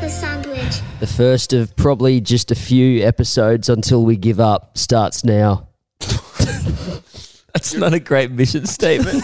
the sandwich. The first of probably just a few episodes until we give up starts now. That's not a great mission statement.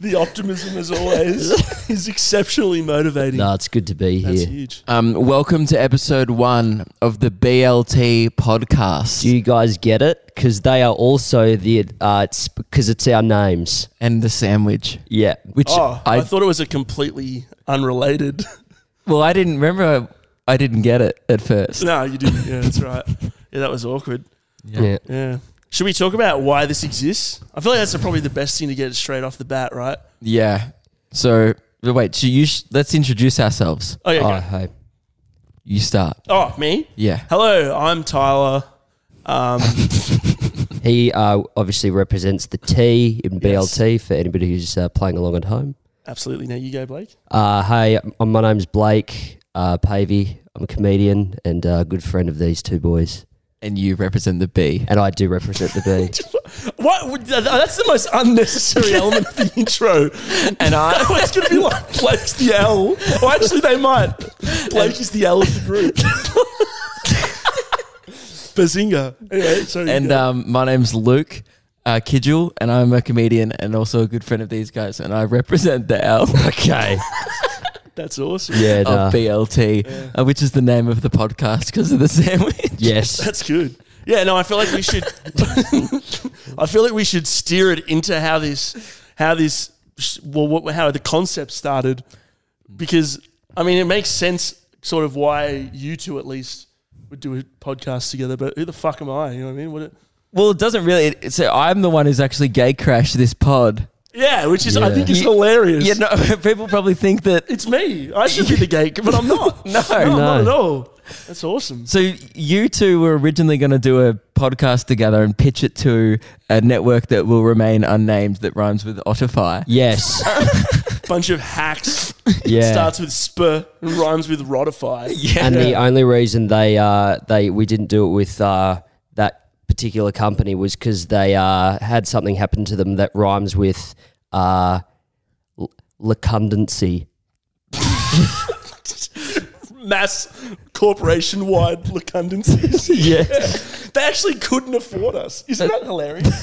The optimism, as always, is exceptionally motivating. No, it's good to be That's here. huge. um, welcome to episode one of the BLT podcast. Do you guys get it? Because they are also the uh, it's because it's our names. and the sandwich. Yeah, Which Oh, I, I, thought it was a completely unrelated. well, I didn't remember. I didn't get it at first. no, you didn't. Yeah, that's right. Yeah, that was awkward. yeah. Yeah. Should we talk about why this exists? I feel like that's probably the best thing to get straight off the bat, right? Yeah. So wait. So you sh- let's introduce ourselves. Oh, yeah. Oh, go. hey. You start. Oh, me? Yeah. Hello, I'm Tyler. Um, He uh, obviously represents the T in Yes. BLT for anybody who's uh, playing along at home. absolutely. Now you go, Blake. Uh, hey, m- my name's Blake uh, Pavey. I'm a comedian and a good friend of these two boys. And you represent the B. And I do represent the B. Oh, What? would- that- That's the most unnecessary element of the intro. And I. it's going to be like Blake's the L. Well, actually, they might. Blake is the L of the group. Bazinga. Anyway, sorry. And um, my name's Luke uh, Kidgel, and I'm a comedian and also a good friend of these guys, and I represent the L okay. that's awesome. Yeah. nah. of BLT, uh, which is the name of the podcast because of the sandwich. Yes. That's good. Yeah, no, I feel like we should. I feel like we should steer it into how this, how this, well, what, how the concept started, because I mean, it makes sense, sort of why you two at least would do a podcast together. But who the fuck am I? You know what I mean? What it, Well, it doesn't really. It, so I'm the one who's actually gay crashed this pod. yeah, which is I Yeah. think is You- hilarious. Yeah, no, people probably think that. It's me. I should be the gate, but I'm not. No, no, not no. at all. That's awesome. So you two were originally going to do a podcast together and pitch it to a network that will remain unnamed that rhymes with Otterfy. Yes. Bunch of hacks. Yeah. Starts with spur and rhymes with rotify. and the only reason they uh, they we didn't do it with uh, that particular company was because they uh, had something happen to them that rhymes with uh, l- lecundancy. Mass corporation wide lecundancies. Yeah, they actually couldn't afford us. Isn't that hilarious?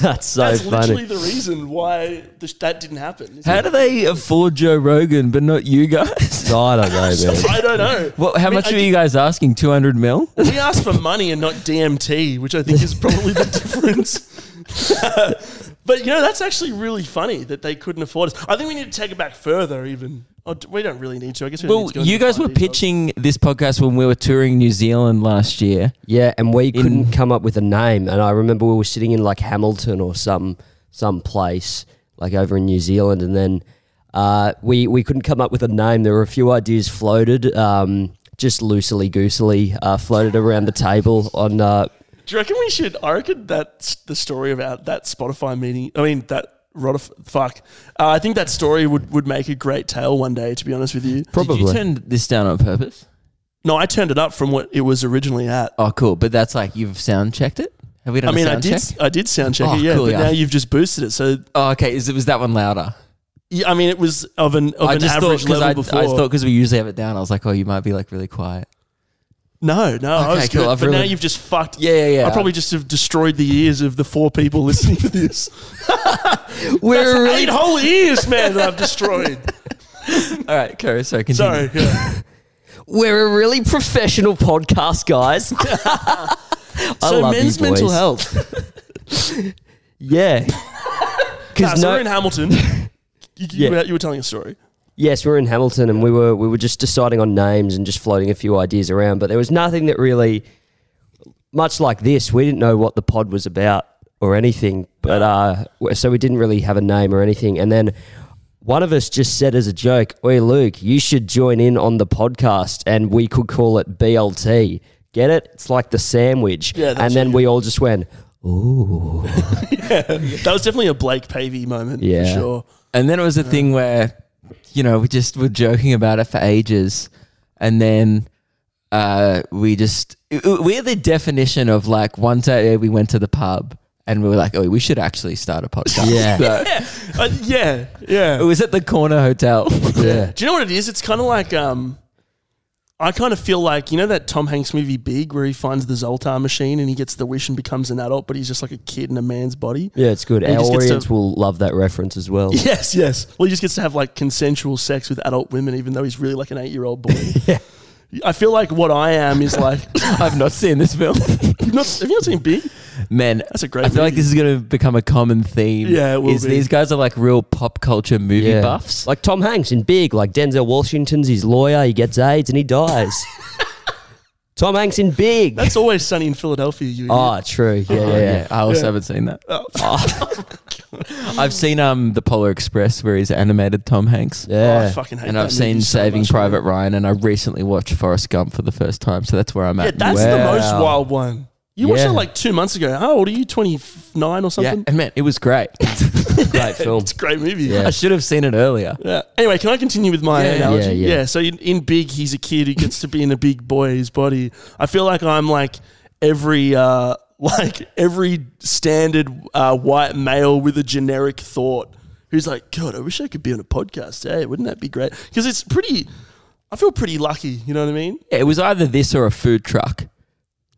that's so That's literally funny. the reason why this, that didn't happen. isn't How it? do they afford Joe Rogan but not you guys? I don't know, man. I don't know. What, how I mean, much I are you guys asking? 200 mil? We asked for money and not DMT, which I think is probably the difference. but you know, that's actually really funny that they couldn't afford us. I think we need to take it back further, even. Oh, d- we don't really need to. I guess. We don't Well, need to go into you guys were fine details. pitching this podcast when we were touring New Zealand last year. Yeah, and we couldn't come up with a name. And I remember we were sitting in like Hamilton or some some place like over in New Zealand, and then uh, we we couldn't come up with a name. There were a few ideas floated, um, just loosely goosely uh, floated around the table on. Uh, Do you reckon we should? I reckon that's the story about that Spotify meeting. I mean, that rot of fuck. Uh, I think that story would, would make a great tale one day. To be honest with you, Probably. Did you turn this down on purpose? no, I turned it up from what it was originally at. Oh, cool. But that's like you've sound checked it? Have we done I mean, a I sound did, check? I did sound check Oh, it, yeah, cool, but yeah. now you've just boosted it. So, Oh, okay. Is it was that one louder? yeah, I mean, it was of an of I an just thought average because level I, I before. thought because we usually have it down. I was like, oh, you might be like really quiet. No, no, I Okay, was cool, good. I've but now really- you've just fucked. Yeah, yeah, yeah. I probably just have destroyed the ears of the four people listening to this. We're Eight whole ears, man, that I've destroyed. all right. Cool. So continue. Sorry. yeah. We're a really professional podcast, guys. I So love men's you boys. mental health. Yeah. Nah, Because so no, we're in Hamilton. You, you Yeah. were, you were telling a story. Yes, we were in Hamilton and we were we were just deciding on names and just floating a few ideas around, but there was nothing that really much like this. We didn't know what the pod was about or anything, but uh, w- so we didn't really have a name or anything. And then one of us just said as a joke, "Oi, Luke, you should join in on the podcast," and we could call it BLT. Get it? It's like the sandwich. Yeah, that's and then right. we all just went, "Ooh, That was definitely a Blake Pavey moment for Yeah. sure. And then it was a thing where, you know, we just were joking about it for ages, and then uh, we just we're the definition of like one day we went to the pub and we were like, oh, we should actually start a podcast. Yeah. So, Uh, yeah, yeah. it was at the corner hotel. yeah." Do you know what it is? It's kind of like um, I kind of feel like you know that Tom Hanks movie Big, where he finds the Zoltar machine and he gets the wish and becomes an adult, but he's just like a kid in a man's body. Yeah, it's good. He Our just gets audience to- will love that reference as well. Yes, yes. Well, he just gets to have like consensual sex with adult women, even though he's really like an eight-year-old boy. yeah. I feel like what I am is like. I've not seen this film. you've not, have you not seen Big? Man, That's a great I feel like movie. this is going to become a common theme. Yeah, it will is be. These guys are like real pop culture movie Yeah. buffs. Like Tom Hanks in Big, like Denzel Washington's his lawyer, he gets AIDS and he dies. Tom Hanks in Big. That's always sunny in Philadelphia. You. Ah, true. Yeah, yeah, yeah. Oh, I also haven't seen that. Ah. Oh. I've seen um the Polar Express where he's animated Tom Hanks. Oh, I Yeah. fucking hate And that I've seen movie so Saving much, Private man. Ryan, and I recently watched Forrest Gump for the first time, so that's where I'm Yeah, at. that's the most Wow. wild one. You watched Yeah. it like two months ago. How old are you? Twenty nine or yeah, something? and man, it was great. Great film. It's a great movie. Yeah. Yeah. I should have seen it earlier. Anyway, can I continue with my Yeah, analogy? yeah, Yeah, yeah. So in, in Big, he's a kid who gets to be in a big boy's body. I feel like I'm like every uh, like every standard uh, white male with a generic thought who's like, God, I wish I could be on a podcast. Hey, wouldn't that be great? Because it's pretty. I feel pretty lucky. You know what I mean? Yeah, it was either this or a food truck.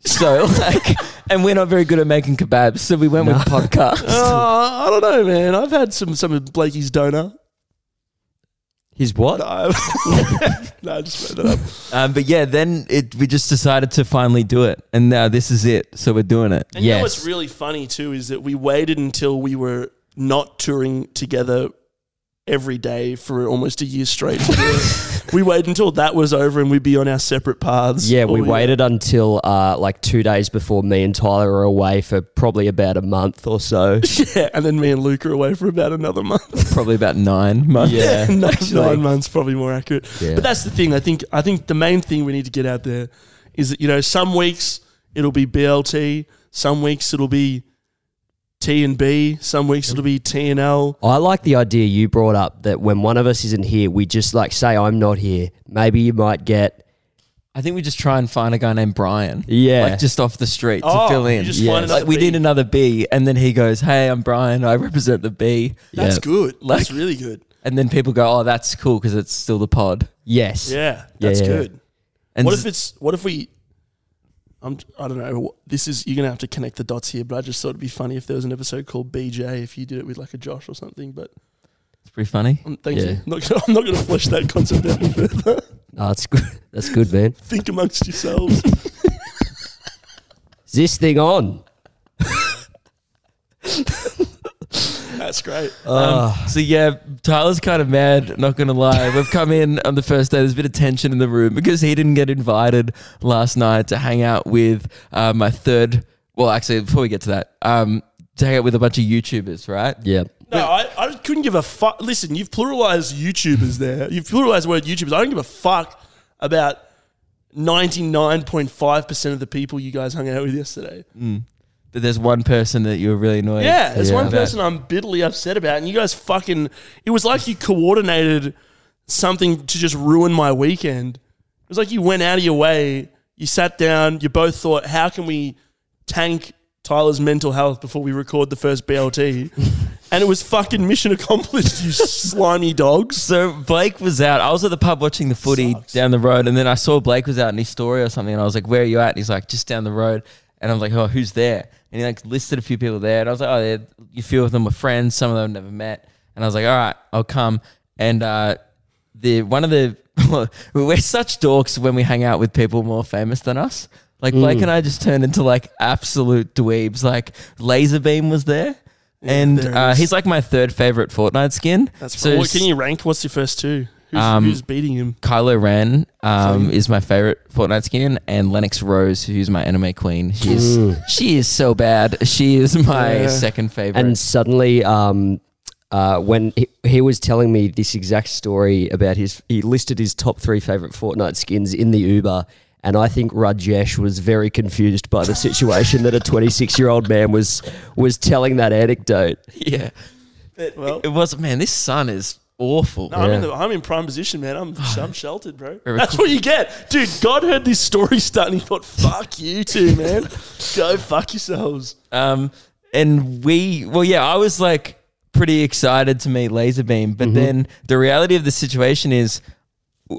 So like, and we're not very good at making kebabs, so we went with podcasts. Uh, I don't know, man. I've had some some of Blakey's donor. His what? No, no, I just made that up. Um, but yeah, then it we just decided to finally do it, and now this is it. So we're doing it. And you know what's Yes. really funny too is that we waited until we were not touring together every day for almost a year straight. to do it. we waited until that was over and we'd be on our separate paths. Yeah, Or we waited until uh, like two days before me and Tyler were away for probably about a month or so. Yeah, and then me and Luke are away for about another month. Probably about nine months. Yeah. Nine- Nine months, probably more accurate. Yeah. But that's the thing. I think I think the main thing we need to get out there is that you know some weeks it'll be BLT, some weeks it'll be T and B, some weeks it'll be T and L. I like the idea you brought up that when one of us isn't here, we just like say, I'm not here. Maybe you might get. I think we just try and find a guy named Brian. Yeah. Like just off the street Oh, to fill you in. just find Yes. another Like we B. need another B. And then he goes, Hey, I'm Brian. I represent the B. That's Yeah. good. that's Like- really good. And then people go, Oh, that's cool because it's still the pod. Yes. Yeah, Yeah, that's yeah, yeah. good. And what s- if it's what if we? I'm I don't know. wh- This is you're gonna have to connect the dots here, but I just thought it'd be funny if there was an episode called BJ if you did it with like a Josh or something. But it's pretty funny? um, thank you. Yeah. I'm not gonna, I'm not gonna flesh that concept out any further. Oh, that's good. That's good, man. Think amongst yourselves. Is this thing on? That's great. Um, so yeah, Tyler's kind of mad, not gonna lie. We've come in on the first day, there's a bit of tension in the room because he didn't get invited last night to hang out with uh, my third well, actually before we get to that, um, to hang out with a bunch of YouTubers, right? Yeah. No, I, I couldn't give a fuck. Listen, you've pluralized YouTubers there. You've pluralized the word YouTubers. I don't give a fuck about 99.5% of the people you guys hung out with yesterday. But there's one person that you were really annoyed. Yeah, there's one about. person I'm bitterly upset about, and you guys fucking. It was like you coordinated something to just ruin my weekend. It was like you went out of your way. You sat down. You both thought, "How can we tank Tyler's mental health before we record the first BLT?" and it was fucking mission accomplished. You slimy dogs. So Blake was out. I was at the pub watching the footy down the road, and then I saw Blake was out in his story or something, and I was like, "Where are you at?" And he's like, "Just down the road." And I'm like, "Oh, who's there?" And he like listed a few people there, and I was like, "Oh, they're- a few of them were friends, some of them never met." And I was like, "All right, I'll come." And uh, the one of the we're such dorks when we hang out with people more famous than us. Like Mm. Blake and I just turned into like absolute dweebs. Like Laserbeam was there. And there it uh, is. he's like my third favorite Fortnite skin. That's so. What, s- can you rank? What's your first two? Who's, Um, who's beating him? Kylo Ren um, is my favorite Fortnite skin, and Lennox Rose, who's my anime queen. She's she is so bad. She is my Mm. Yeah. second favorite. And suddenly, um, uh, when he, he was telling me this exact story about his, he listed his top three favorite Fortnite skins in the Uber. And I think Rajesh was very confused by the situation that a 26 year old man was was telling that anecdote. yeah, Well, it was man. This sun is awful. No, I'm, in Yeah. the, I'm in prime position, man. I'm, I'm sheltered, bro. That's what you get. Dude, God heard this story start and he thought, fuck you two, man. Go fuck yourselves. Um, and we, well, yeah, I was Mm-hmm. like pretty excited to meet Laserbeam, but then the reality of the situation is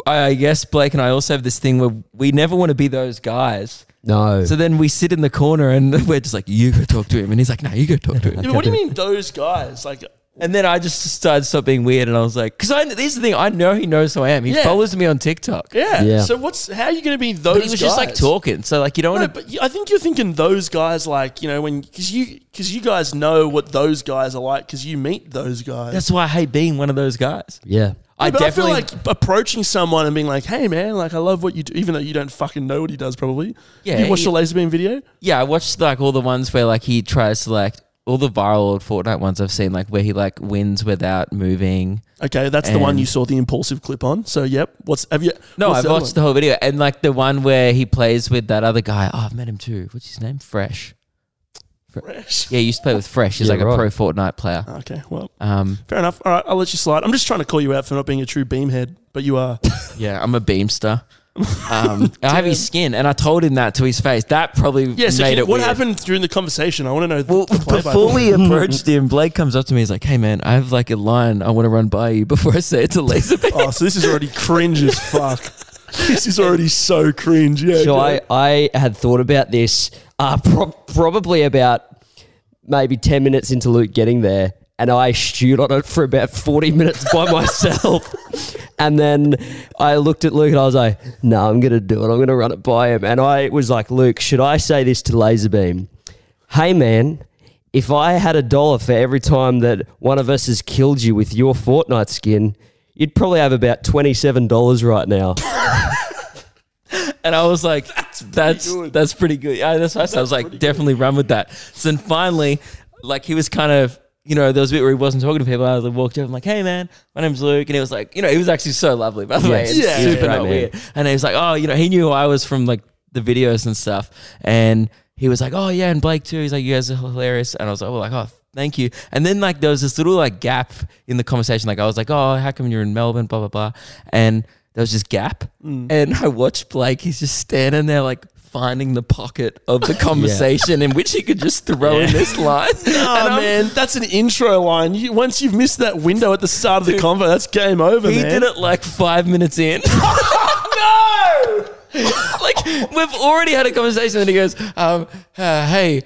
I guess Blake and I also have this thing where we never want to be those guys. No. So then we sit in the corner and we're just like, you go talk to him. And he's like, no, you go talk to him. Yeah, but what do you mean those guys? Like, And then I just started stop being weird. And I was like, because this is the thing, I know he knows who I am. He Yeah. follows me on TikTok. yeah. Yeah. So what's how are you going to be those? But he was just like guys? talking. So like, you don't No, want to. but you- I think you're thinking those guys like you know when because you because you guys know what those guys are like because you meet those guys. That's why I hate being one of those guys. yeah. I Yeah, but definitely. I feel like approaching someone and being like, "Hey, man, like I love what you do," even though you don't fucking know what he does. Probably. Yeah, You watch he- the laser beam video. yeah, I watched like all the ones where like he tries to like all the viral old Fortnite ones I've seen, like where he like wins without moving. Okay, that's the one And- you saw the impulsive clip on. So, yep. What's have you? No, what's I've the other watched the one? whole video, and like the one where he plays with that other guy. Oh, I've met him too. What's his name? Fresh. Fresh. Yeah, he used to play with Fresh. He's Yeah, like right. a pro Fortnite player. Okay, well, Um, fair enough. All right, I'll let you slide. I'm just trying to call you out for not being a true beamhead, but you are. yeah, I'm a beamster. Um, I have his skin, and I told him that to his face. That probably Yeah. So, made can- it. what weird. happened during the conversation? I want to know. the Well, play-by-play. before we approached him, Blake comes up to me. He's like, "Hey, man, I have like a line I want to run by you before I say it's a laser beam." Oh, so this is already cringe as fuck. This is already so cringe. Yeah. So go. I, I had thought about this uh, pro- probably about maybe 10 minutes into Luke getting there. And I stewed on it for about 40 minutes by myself. and then I looked at Luke and I was like, no, I'm going to do it. I'm going to run it by him. And I was like, Luke, should I say this to Laserbeam? Hey, man, if I had a dollar for every time that one of us has killed you with your Fortnite skin, you'd probably have about $27 right now. And I was like, that's that's pretty good. good. That's, Yeah, that's why I said I was like, definitely run with that. So then finally, like he was kind of, you know, there was a bit where he wasn't talking to people. I was like, walked up, I'm like, hey man, my name's Luke. And he was like, you know, he was actually so lovely, by the way. Yes. and Yeah. super Yeah. not Right, weird. And he was like, oh, you know, he knew who I was from like the videos and stuff. And he was like, oh yeah, and Blake too. He's like, you guys are hilarious. And I was like, oh, like, oh, thank you. And then like there was this little like gap in the conversation. Like I was like, oh, how come you're in Melbourne? Blah blah blah. And there was just gap. Mm. And I watched Blake. He's just standing there like. Finding the pocket of the conversation in which he could just throw in this line. And Oh I'm- man, that's an intro line. You, once you've missed that window at the start of the convo, that's game over, He man. did it like five minutes in. No. like we've already had a conversation, and he goes, um, uh, "Hey,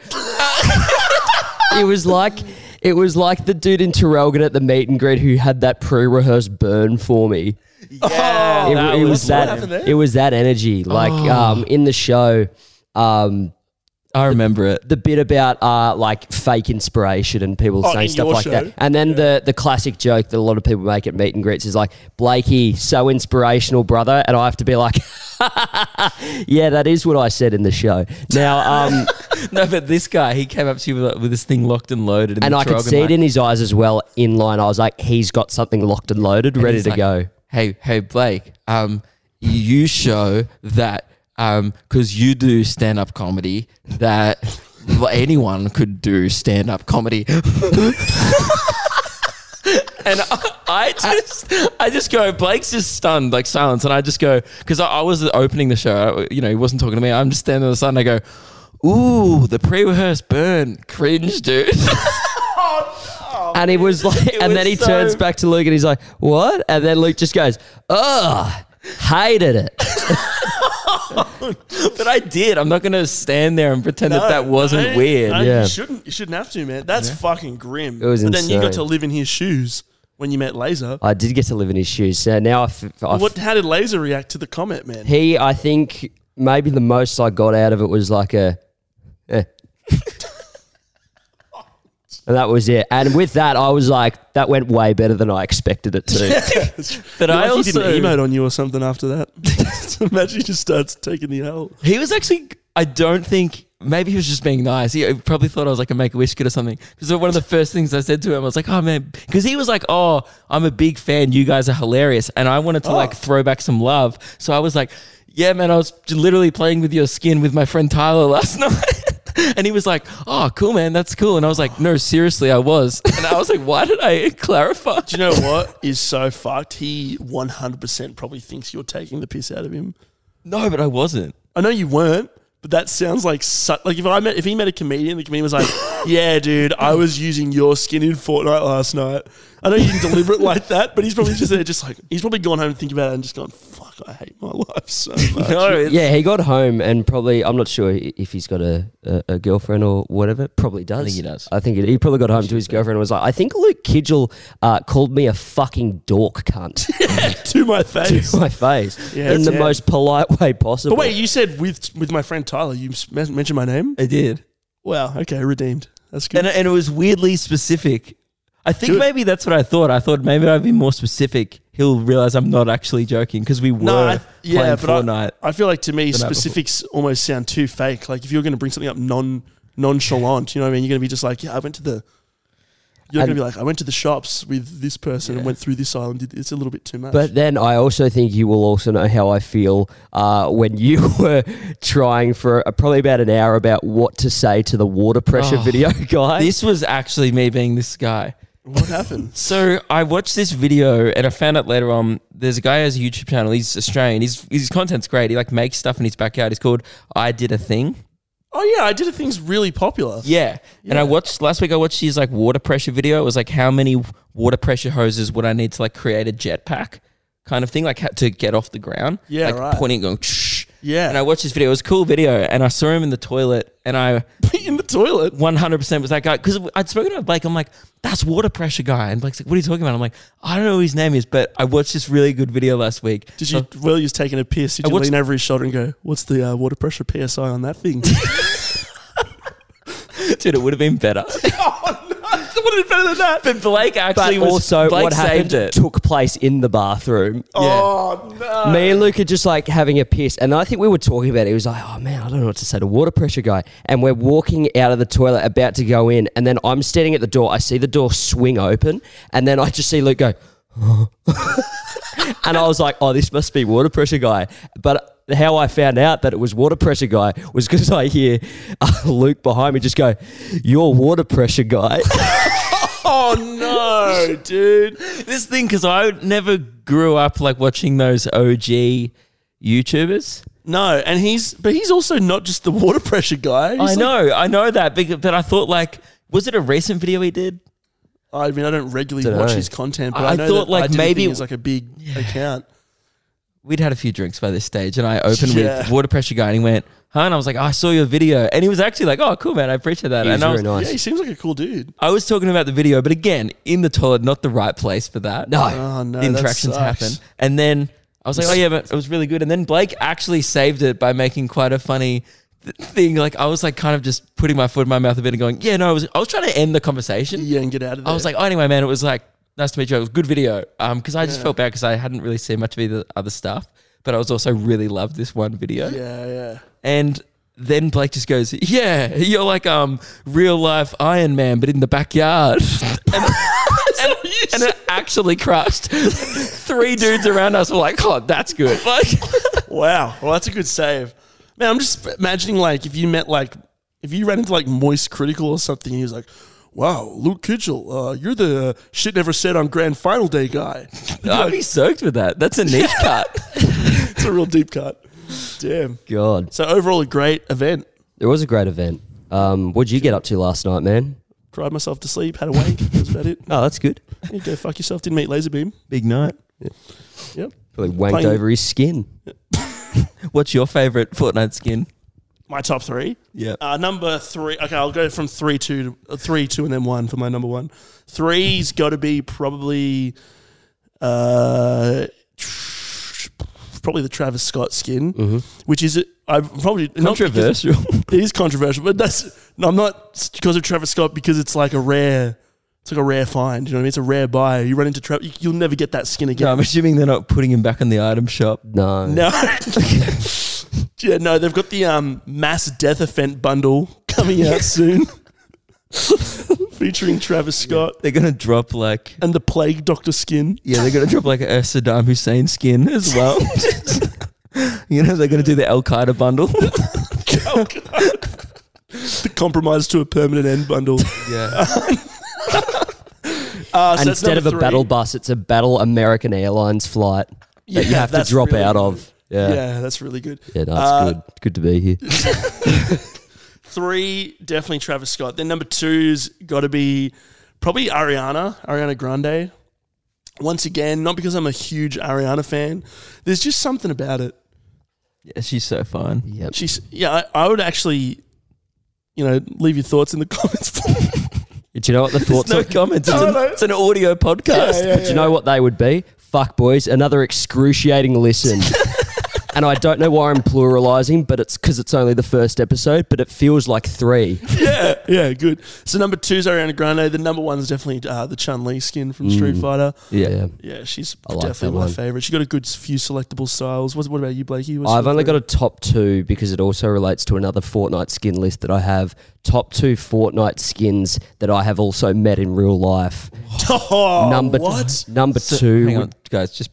it was like it was like the dude in Terrelgan at the meet and greet who had that pre-rehearsed burn for me. Oh, yeah, It, that it was, was- happened there? that it was that energy. Like Oh. um, in the show, um, I remember it." the bit about uh, like fake inspiration and people Oh, saying in stuff your like show? that. And then the the classic joke that a lot of people make at meet and greets is like, Blakey, so inspirational, brother, and I have to be like Yeah, that is what I said in the show. Now um No, but this guy, he came up to you with, with this thing locked and loaded, and the I could Trogan see mic, it in his eyes as well in line. I was like, he's got something locked and loaded, and ready he's to like, go. Hey, hey, Blake, um, you show that um, because you do stand up comedy that well, anyone could do stand up comedy. And I, I just, I just go. Blake's just stunned, like silence. And I just go because I, I was opening the show. I, you know, he wasn't talking to me. I'm just standing on the side. and I go, "Ooh, the pre-rehearsed burn, cringe, dude." And he was like, and was then he so- turns back to Luke and he's like, what? And then Luke just goes, ugh, hated it. But I did. I'm not going to stand there and pretend that that wasn't No, weird. no, yeah. You shouldn't. You shouldn't have to, man. That's fucking grim. It was But then you got insane. to live in his shoes when you met Laser. I did get to live in his shoes. So now I, f- I f- What? How did Laser react to the comment, man? he, I think maybe the most I got out of it was like a, eh. and that was it. And with that, I was like, that went way better than I expected it to. Like But I he did also an emote on you or something after that. Imagine he just starts taking the L. he was actually. I don't think. Maybe he was just being nice. He probably thought I was like a make a wish kid or something. Because one of the first things I said to him, I was like, "Oh man," because he was like, "Oh, I'm a big fan. You guys are hilarious," and I wanted Oh. to like throw back some love. So I was like, "Yeah, man, I was j- literally playing with your skin with my friend Tyler last night." and he was like, "Oh, cool, man, that's cool." And I was like, "No, seriously, I was." And I was like, "Why did I clarify?" Do you know what is so fucked? He 100% probably thinks you're taking the piss out of him. No, but I wasn't. I know you weren't, but that sounds like su- like if I met if he met a comedian, the comedian was like, "Yeah, dude, I was using your skin in Fortnite last night." I know you didn't deliver it like that, but he's probably just there, just like he's probably gone home and think about it and just gone, "Fuck, I hate my life so much." it's- Yeah, he got home and probably I'm not sure i- if he's got a, a, a girlfriend or whatever. Probably does. I think he does. I think he, he probably got home to his girlfriend and was like, "I think Luke Kidgel uh, called me a fucking dork cunt to my face. to my face Yeah, in the yeah. most polite way possible." But wait, you said with with my friend Tyler, you s- men- mentioned my name. I did. Wow. Okay, redeemed. That's good. And, and it was weirdly specific. I think Good. maybe that's what I thought. I thought maybe I'd be more specific. He'll realize I'm not actually joking because we were No, I- yeah, playing but Fortnite. I, I feel like to me The night before. specifics almost sound too fake. Like if you're going to bring something up non nonchalant, you know what I mean? You're going to be just like, yeah, I went to the. You're going to And- be like, I went to the shops with this person and Yeah. went through this aisle. And did, it's a little bit too much. But then I also think you will also know how I feel uh, when you were trying for uh, probably about an hour about what to say to the water pressure Oh, video guy. this was actually me being this guy. what happened? So I watched this video and I found out later on there's a guy who has a YouTube channel. He's Australian. His his content's great. He like makes stuff in his backyard. It's called I Did a Thing. Oh yeah, I did a thing's really popular. Yeah. And I watched last week I watched his like water pressure video. It was like how many water pressure hoses would I need to like create a jetpack kind of thing like how to get off the ground. Yeah, Like right. pointing going shh. Yeah. And I watched this video. It was a cool video and I saw him in the toilet and I in the toilet. 100% was that guy because I'd spoken to Blake. I'm like, that's water pressure guy. And Blake's like, what are you talking about? I'm like, I don't know who his name is, but I watched this really good video last week. Did So- you? Well, he was taking a piss. Did I you watched- lean over his shoulder and go, "What's the uh, water pressure psi on that thing?" dude, it would have been better. oh no! What is better than that? but Blake but actually was, also, Blake what happened saved it. took place in the bathroom. Oh no! Me and Luke are just like having a piss, and I think we were talking about it. He was like, "Oh man, I don't know what to say to water pressure guy." And we're walking out of the toilet, about to go in, and then I'm standing at the door. I see the door swing open, and then I just see Luke go, and I was like, "Oh, this must be water pressure guy." But how I found out that it was water pressure guy was because I hear uh, Luke behind me just go, "Your water pressure guy." Oh no, dude! this thing because I never grew up like watching those OG YouTubers. No, and he's but he's also not just the water pressure guy. He's I know, I know that, because, but I thought like, was it a recent video he did? like- I mean, I don't regularly Dunno. watch his content, but I, I know thought, that like, I did maybe- it's like a big account. We'd had a few drinks by this stage, and I opened Yeah. with water pressure guy, and he went, "Huh?" And I was like, "I saw your video," and he was actually like, "Oh, cool, man, I appreciate that." He was and I very was, nice. Yeah, he seems like a cool dude. I was talking about the video, but again, in the toilet, not the right place for that. No, Oh no, the interactions that sucks. happen, and then I was like, "Oh yeah, but it was really good." And then Blake actually saved it by making quite a funny th- thing. Like I was like, kind of just putting my foot in my mouth a bit and going, "Yeah, no," I was I was trying to end the conversation. Yeah, and get out of there. I was like, "Oh, anyway, man, it was like nice to meet you. It was a good video." Um, because I just felt bad because I hadn't really seen much of either other stuff, but I was also really loved this one video. yeah, yeah. And then Blake just goes, "Yeah, you're like um real life Iron Man, but in the backyard." and, and, and it actually crushed. Three dudes around us were like, "Oh, that's good." Like, Wow. Well, that's a good save. Man, I'm just imagining like if you met like if you ran into like Moist Critical or something, and he was like, "Wow, Luke Kitchell, uh, you're the uh, shit never said on Grand Final Day guy." I'd be soaked with that. That's a niche cut. it's a real deep cut. Damn. God. So overall, a great event. It was a great event. Um, what'd you get up to last night, man? Cried myself to sleep. Had a wank. That's about it. Oh, that's good. Yeah, go fuck yourself. Didn't meet Laserbeam. Big night. Yep. Probably wanked Playing- over his skin. What's your favorite Fortnite skin? My top three. Yeah. Uh, number three. Okay, I'll go from three, two, to, uh, three, two, and then one for my number one. Three's got to be probably, uh, probably the Travis Scott skin, which is I probably not because- Mm-hmm. Controversial. It is controversial, but that's no, I'm not it's because of Travis Scott because it's like a rare. It's like a rare find, you know what I mean? It's a rare buy. You run into Travis, you, you'll never get that skin again. no, I'm assuming they're not putting him back in the item shop. No. No. yeah, no, they've got the um, mass death event bundle coming out soon. Featuring Travis Scott They're gonna drop like and the plague doctor skin. Yeah, they're gonna drop like a Saddam Hussein skin as well. you know, they're gonna do the Al Qaeda bundle. Oh, God. the compromise to a permanent end bundle. yeah, Uh, so that's Instead number of a three. battle bus, it's a battle American Airlines flight that you Yeah, have to that's drop really out good. of. Yeah. Yeah. Yeah, that's really good. no, it's Uh, good. Good to be here. Three, definitely Travis Scott. Then number two's got to be probably Ariana, Ariana Grande. Once again, not because I'm a huge Ariana fan. There's just something about it. Yeah, she's so fine. Yep. She's yeah. I, I would actually, you know, leave your thoughts in the comments. Do you know what the thoughts No are? comments. It's, No, an, no. it's an audio podcast. yeah, Do you know what they would be? Fuck boys, another excruciating listen. and I don't know why I'm pluralizing, but it's because it's only the first episode, but it feels like three. yeah, yeah, good. So number two is Ariana Grande. The number one is definitely uh, the Chun Li skin from Street Fighter. Yeah. Yeah, she's Mm. I like that definitely my one. favorite. She got a good few selectable styles. What, what about you, Blakey? What's I've your only got favourite? a top two because it also relates to another Fortnite skin list that I have. Top two Fortnite skins that I have also met in real life. oh, number what? number So- two. Hang on, guys, just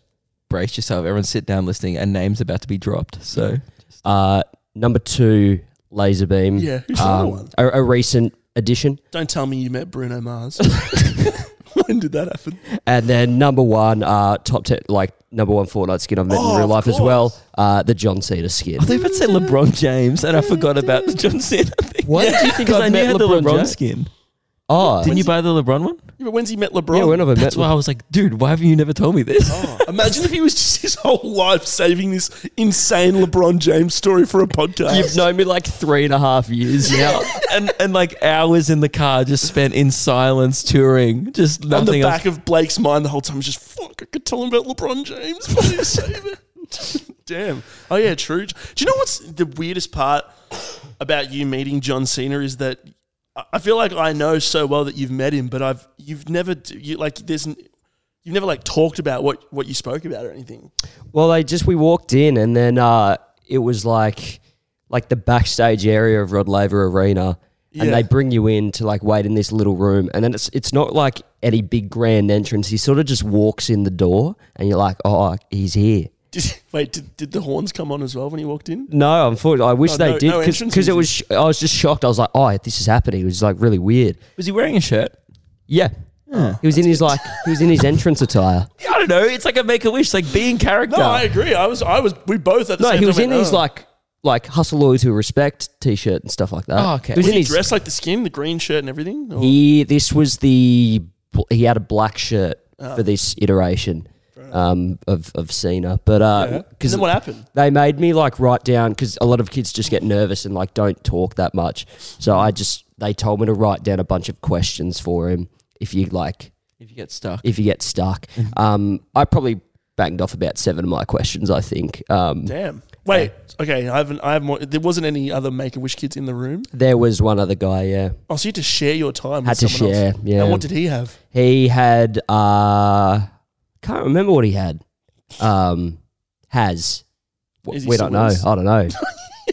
brace yourself. Everyone sit down listening. A name's about to be dropped. So Uh, number two, laser beam. Yeah, who's the other one? um, a, a recent addition. Don't tell me you met Bruno Mars. when did that happen? And then number one, uh, top ten, like number one Fortnite skin I've met Oh, in real of life as course. well. Uh, the John Cena skin. I thought you were about to say LeBron James, and I forgot about the John Cena thing. Why did you think Because I knew you met had the LeBron James? skin. Oh, Didn't you buy the LeBron one? Yeah, but when's he met LeBron? yeah, when have I met? That's why I was like, dude, why have you never told me this? Imagine if he was just his whole life saving this insane LeBron James story for a podcast. You've known me like three and a half years now. and and like hours in the car just spent in silence touring, just on the nothing else. back of Blake's mind the whole time. Just fuck, I could tell him about LeBron James. Why did you say that? Damn. Oh yeah, true. Do you know what's the weirdest part about you meeting John Cena is that I I feel like I know so well that you've met him, but I've you've never d- you like there's n- you've never like talked about what what you spoke about or anything. Well, they just we walked in and then uh, it was like like the backstage area of Rod Laver Arena, and Yeah. they bring you in to like wait in this little room, and then it's it's not like any big grand entrance. He sort of just walks in the door, and you're like, oh, he's here. Did, wait, did, did the horns come on as well when he walked in? No, unfortunately, I wish Oh, they no- did no because entrance it was. Sh- I was just shocked. I was like, oh, this is happening. It was like really weird. Was he wearing a shirt? Yeah. he was in his like he was in his entrance attire. I don't know. It's like a make a wish, like being character. No, I agree. I was I was we both at the No, same time. he was in went, his "Oh." like like hustle all to respect t-shirt and stuff like that. Oh, okay. He was was in he his dressed like the skin, the green shirt and everything? Or- He this was the he had a black shirt Ah. for this iteration um, of of Cena, but and because then what happened? they made me like write down because a lot of kids just get nervous and like don't talk that much. So I just they told me to write down a bunch of questions for him if you like If you get stuck, if you get stuck. Mm-hmm. Um, I probably banged off about seven of my questions. I think um, Damn. Wait. Okay. I haven't. I have more. There wasn't any other Make a Wish kids in the room. there was one other guy. Yeah, Oh, so you had to share your time. had with to someone share. Else. Yeah, And what did he have? He had uh can't remember what he had. Um has W- Is he we don't still know. is? I don't know.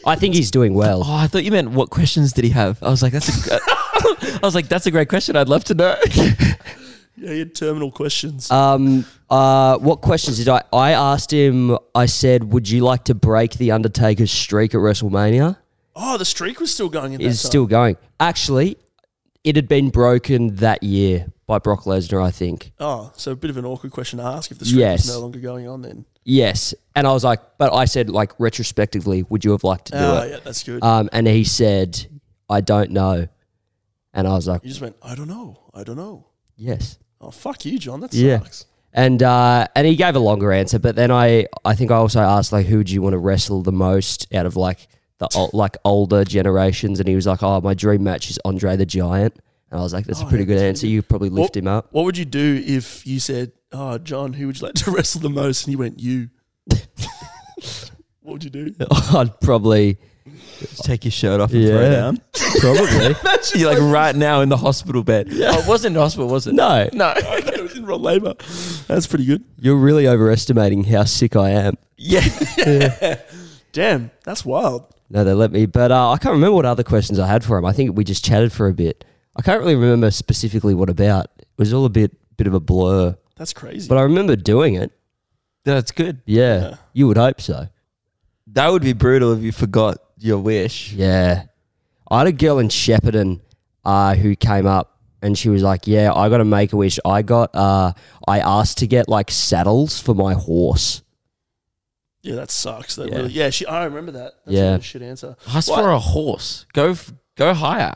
I think he's doing well. Oh, I thought you meant what questions did he have? I was like, that's a. I was like, that's a great question. I'd love to know. Yeah, he had terminal questions. Um uh what questions did I I asked him I said would you like to break the Undertaker's streak at WrestleMania? oh, the streak was still going. In that Is time. still going. Actually, it had been broken that year by Brock Lesnar, I think. Oh, so a bit of an awkward question to ask if the streak Yes. is no longer going on. Then. Yes. And I was like, but I said like retrospectively, would you have liked to do Oh, it? yeah, that's good. Um, and he said, I don't know. And I was like, you just went. I don't know. I don't know. yes. Oh, fuck you, John. That Yeah. sucks. And uh, and he gave a longer answer, but then I, I think I also asked like who do you want to wrestle the most out of like the ol- like older generations, and he was like, oh, my dream match is Andre the Giant, and I was like, that's a Oh, pretty yeah, good that's really answer. You could probably lift Well- him up. What would you do if you said, "Oh, John, who would you like to wrestle the most?" And he went, "You." what would you do? I'd probably Just take your shirt off Yeah. Probably. You're like right now in the hospital bed. Oh, it wasn't in hospital, was it? no. No. okay, it was in Rod Laver. That's pretty good. You're really overestimating how sick I am. Yeah. Damn, that's wild. No, they let me. But uh, I can't remember what other questions I had for him. I think we just chatted for a bit. I can't really remember specifically what about. It was all a bit bit of a blur. That's crazy. But I remember doing it. That's good. Yeah, Yeah. you would hope so. That would be brutal if you forgot your wish. Yeah, I had a girl in Shepparton uh, who came up and she was like, "Yeah, I got to make a wish. I got uh, I asked to get like saddles for my horse. yeah, that sucks. That Yeah. really, yeah. She, I remember that. That's Yeah. a shit answer. Ask for a horse. Go f- go higher.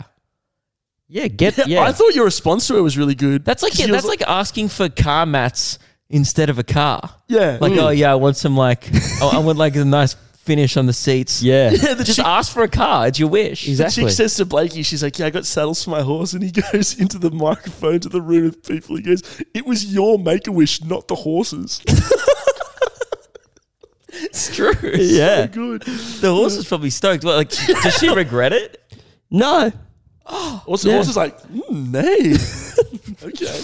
Yeah, get yeah. I thought your response to it was really good. That's like She yeah, was that's like asking for car mats instead of a car. yeah, Like uh, Mm. oh yeah, I want some like I, I want like a nice finish on the seats. yeah. yeah. The just chick, ask for a car. It's your wish. the Exactly. chick says to Blakey, she's like, "Yeah, I got saddles for my horse," and he goes into the microphone to the room of people. He goes, "It was your make a wish, not the horses." It's true. Yeah. good. the horse was probably stoked. Well, like, does she regret it? No. Also, Yeah. horses like, mm, nay. okay.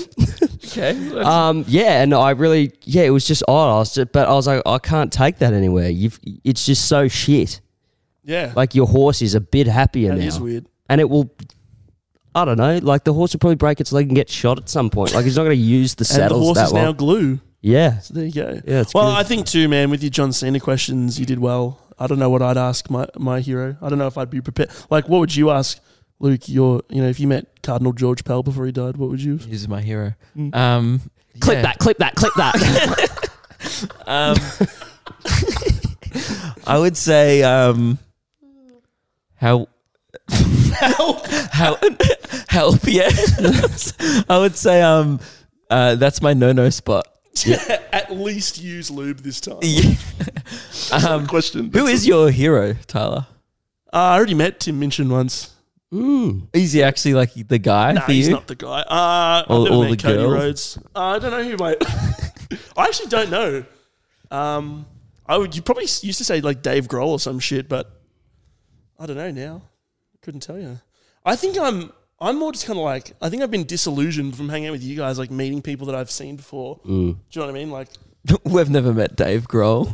Okay. Um, yeah, and I really, yeah, it was just odd. I was just, but I was like, I can't take that anywhere. You've, it's just so shit. Yeah. Like your horse is a bit happier that now, is weird. and it will. I don't know. Like the horse will probably break its leg and get shot at some point. Like he's not going to use the And the saddles horse that is now long. glue. Yeah, So there you go. Yeah, it's well, good. I think too, man. With your John Cena questions, you did well. I don't know what I'd ask my, my hero. I don't know if I'd be prepared. Like, what would you ask, Luke? Your, you know, if you met Cardinal George Pell before he died, what would you? He's my hero. Um, clip yeah. Mm. that, clip that, clip that. Um, I would say um, how how help yeah. I would say um, uh, that's my no no spot. At least use lube this time. um, Question. who is your hero, Tyler? Uh, I already met Tim Minchin once. Mm. Is he actually like the guy No, for he's you? not the guy. Uh, Or- I've never or met the Cody girl. Rhodes. Uh, I don't know who my. I actually don't know. Um, I would. You probably s- used to say like Dave Grohl or some shit, but I don't know now. Couldn't tell you. I think I'm. I'm more just kind of like I think I've been disillusioned from hanging out with you guys, like meeting people that I've seen before. Mm. Do you know what I mean? Like, We've never met Dave Grohl.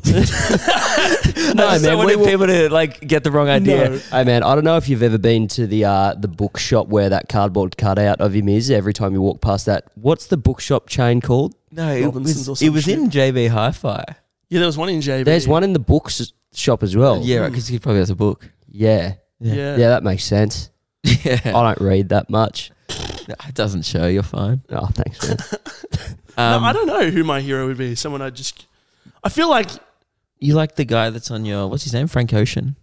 no, I man, so we wanted will- people to like get the wrong idea. No. Hey man, I don't know if you've ever been to the uh, the bookshop where that cardboard cutout of him is. Every time you walk past that, what's the bookshop chain called? No, it Robinsons or was, some it was in JB Hi-Fi. yeah, there was one in JB. There's one in the books shop as well. Yeah, because he probably has a book. yeah, Yeah. yeah. that makes sense. Yeah, I don't read that much. it doesn't show. You're fine. Oh, thanks, man. Um, no, I don't know who my hero would be. Someone I just. I feel like you like the guy that's on your what's his name? Frank Ocean.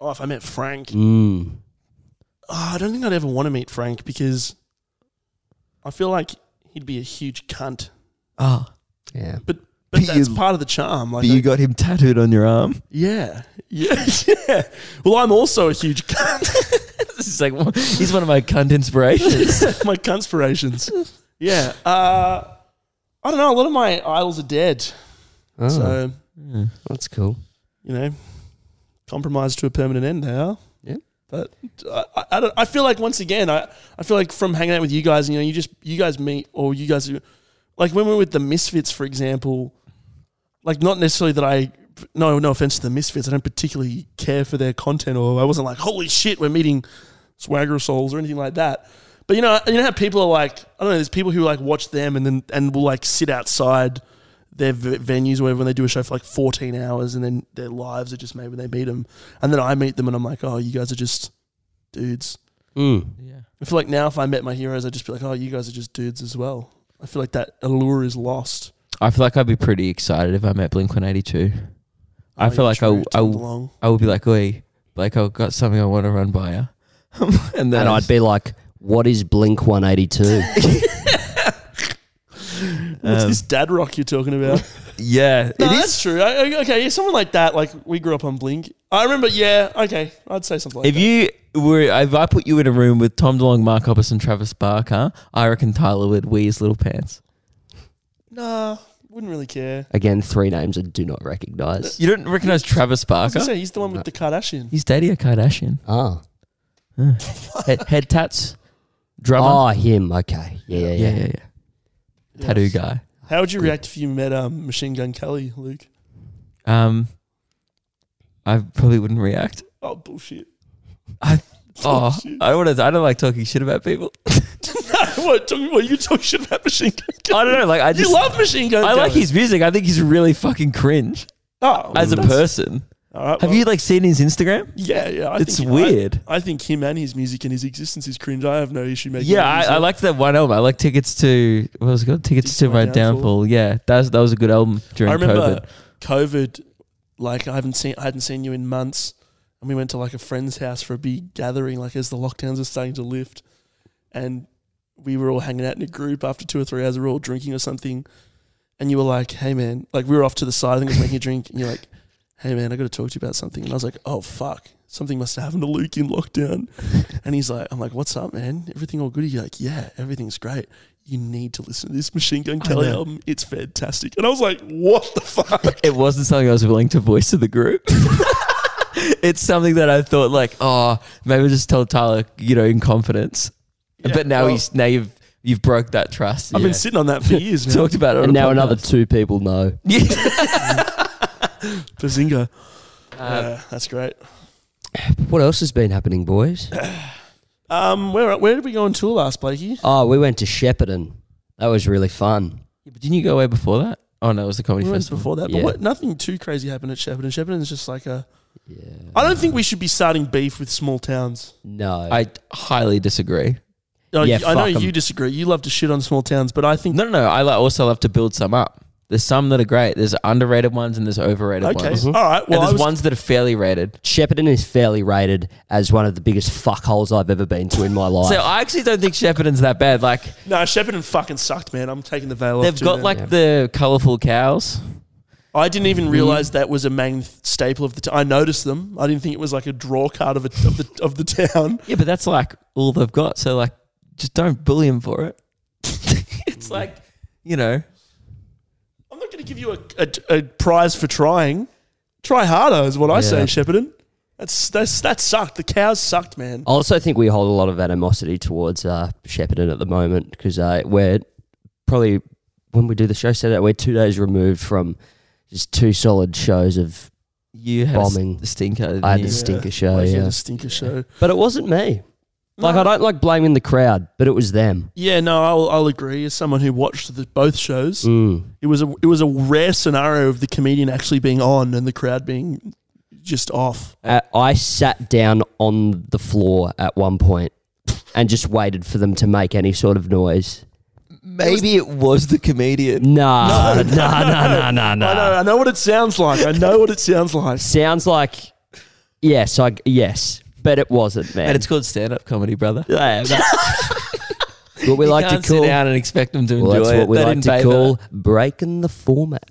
oh, if I met Frank, mm. Oh, I don't think I'd ever want to meet Frank because I feel like he'd be a huge cunt. Oh, Yeah. But but But that's you- part of the charm. Like, but you I- got him tattooed on your arm. yeah, yeah, yeah. Well, I'm also a huge cunt. It's like wha- he's one of my cunt inspirations. my conspirations. Yeah. Uh, I don't know. A lot of my idols are dead, Oh, so that's cool. you know, compromised to a permanent end. They are. Yeah. But I, I, I, don't, I feel like once again, I, I feel like from hanging out with you guys, you know, you just you guys meet or you guys, like when we were with the Misfits, for example, like not necessarily that I, no, no offense to the Misfits, I don't particularly care for their content or I wasn't like, holy shit, we're meeting Swagger Souls or anything like that. But you know, you know how people are like, I don't know, there's people who like watch them and then and will like sit outside their v- venues or whatever when they do a show for like 14 hours and then their lives are just made when they meet them. And then I meet them and I'm like, oh, you guys are just dudes. Mm. yeah. I feel like now if I met my heroes, I'd just be like, oh, you guys are just dudes as well. I feel like that allure is lost. I feel like I'd be pretty excited if I met Blink One Eighty Two. I Oh, feel you're like I true, w- I Tom w- DeLonge. I would be like, "Oi, Blake, I've got something I want to run by you." and then And I'd be like, what is Blink 182? What's this dad rock you're talking about? yeah, no, Um, it is. that's true. I, I- okay, yeah, someone like that, like we grew up on Blink. I remember, yeah, okay, I'd say something like If that. you were, if I put you in a room with Tom DeLonge, Mark Hoppus, and Travis Barker, I reckon Tyler would wee his little pants. nah, wouldn't really care. Again, three names I do not recognize. You don't recognize I Travis was gonna Barker? say, he's the one with the Kardashian. He's dating a Kardashian. Ah. head, head tats, drummer. Oh, him. Okay. Yeah, yeah, yeah, yeah. yeah, yeah. Tattoo guy. How would you react if you met um, Machine Gun Kelly, Luke? Um, I probably wouldn't react. Oh bullshit! I Oh, oh, shit. I want to. I don't like talking shit about people. what? Tell me what you talk shit about Machine Gun Kelly. I don't know. Like I You just. love Machine Gun. I Kelly. like his music. I think he's really fucking cringe oh, as a that's- person. All right, Have well, you like seen his Instagram? Yeah, yeah. I It's think- I- weird. I, think him and his music and his existence is cringe. I have no issue making. Yeah, that I, music. I liked that one album. I like tickets to what was it called? Tickets Tickets to My Downfall. Yeah, that was that was a good album during I remember COVID. COVID. Like I haven't seen, I hadn't seen you in months, and we went to like a friend's house for a big gathering, like as the lockdowns were starting to lift, and we were all hanging out in a group after two or three hours, we were all drinking or something, and you were like, "Hey man," like we were off to the side, I think I was making a drink, and you're like, "Hey man, I got to talk to you about something," and I was like, "Oh fuck." Something must have happened to Luke in lockdown. And he's like, I'm like, what's up, man? Everything all good? He's like, yeah, everything's great. You need to listen to this Machine Gun Kelly know. album. It's fantastic. And I was like, what the fuck? it wasn't something I was willing to voice to the group. it's something that I thought like, oh, maybe I'll just tell Tyler, you know, in confidence. but now well- he's now you've you've broke that trust. I've Yeah. been sitting on that for years now. talked about it. And on a now podcast. another two people know. Yeah. Bazinga. Um, Uh, yeah, that's great. What else has been happening, boys? Um, where where did we go on tour last, Blakey? oh, we went to Shepparton. That was really fun. But didn't you go away before that? Oh no, it was the comedy We went festival. before that, Yeah. but what, nothing too crazy happened at Shepparton. Shepparton is just like a. Yeah. I don't think we should be starting beef with small towns. No. I highly disagree. Oh, Yeah, you- I know fuck 'em. you disagree. You love to shit on small towns, but I think No, no, no. I li- also love to build some up. There's some that are great. There's underrated ones and there's overrated okay, ones. all right. Well, and I there's was, ones that are fairly rated. Shepparton is fairly rated as one of the biggest fuckholes I've ever been to in my life. So I actually don't think Shepparton's that bad. Like no Shepparton fucking sucked, man. I'm taking the veil off. they've too, got man. like Yeah. the colourful cows. I didn't Mm-hmm. even realize that was a main th- staple of the. T- I noticed them. I didn't think it was like a draw card of a, of the of the town. Yeah, but that's like all they've got. So like, just don't bully him for it. it's like, you know, I'm not going to give you a, a, a prize for trying. Try harder is what I say, Yeah. Shepparton. That's, that's that sucked. The cows sucked, man. I also think we hold a lot of animosity towards uh, Shepparton at the moment because uh, we're probably when we do the show Saturday, we're two days removed from just two solid shows of. you had a s- Bombing. a stinker. didn't I had you? a stinker show, Like, yeah. the stinker show. But it wasn't me. Like No. I don't like blaming the crowd, but it was them. Yeah, no, I'll, I'll agree. As someone who watched the, both shows, Mm. it was a it was a rare scenario of the comedian actually being on and the crowd being just off. Uh, I sat down on the floor at one point and just waited for them to make any sort of noise. Maybe it was the comedian. Nah, nah, nah, nah, nah, I know, nah. I know what it sounds like. I know what it sounds like. Sounds like yes, I yes, but it wasn't, man. And it's called stand-up comedy, brother. Yeah, but- what we You like can't to call sit down and expect them to well, enjoy that's it. what we They like didn't to pay call breaking the format.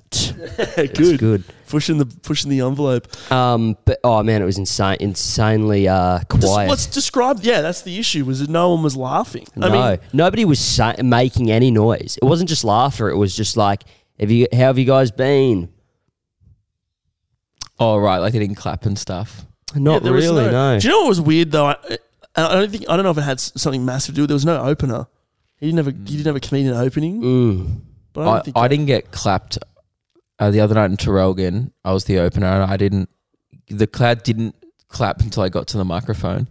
It's good. good. pushing the pushing the envelope. Um, but oh man, it was insane, insanely uh, Just- quiet. let's describe. Yeah, that's the issue. Was that no one was laughing? no, nobody was sa- making any noise. It wasn't just laughter. It was just like, have you? How have you guys been? for that. Oh right, like they didn't clap and stuff. Not there was really. No. Do you know what was weird though? I, I don't think I don't know if it had s- something massive to do. There was no opener. He didn't have a he didn't have a comedian opening. Mm. But I don't I, think I didn't get clapped uh, the other night in Terrelgan. I was the opener, and I didn't. The crowd didn't clap until I got to the microphone.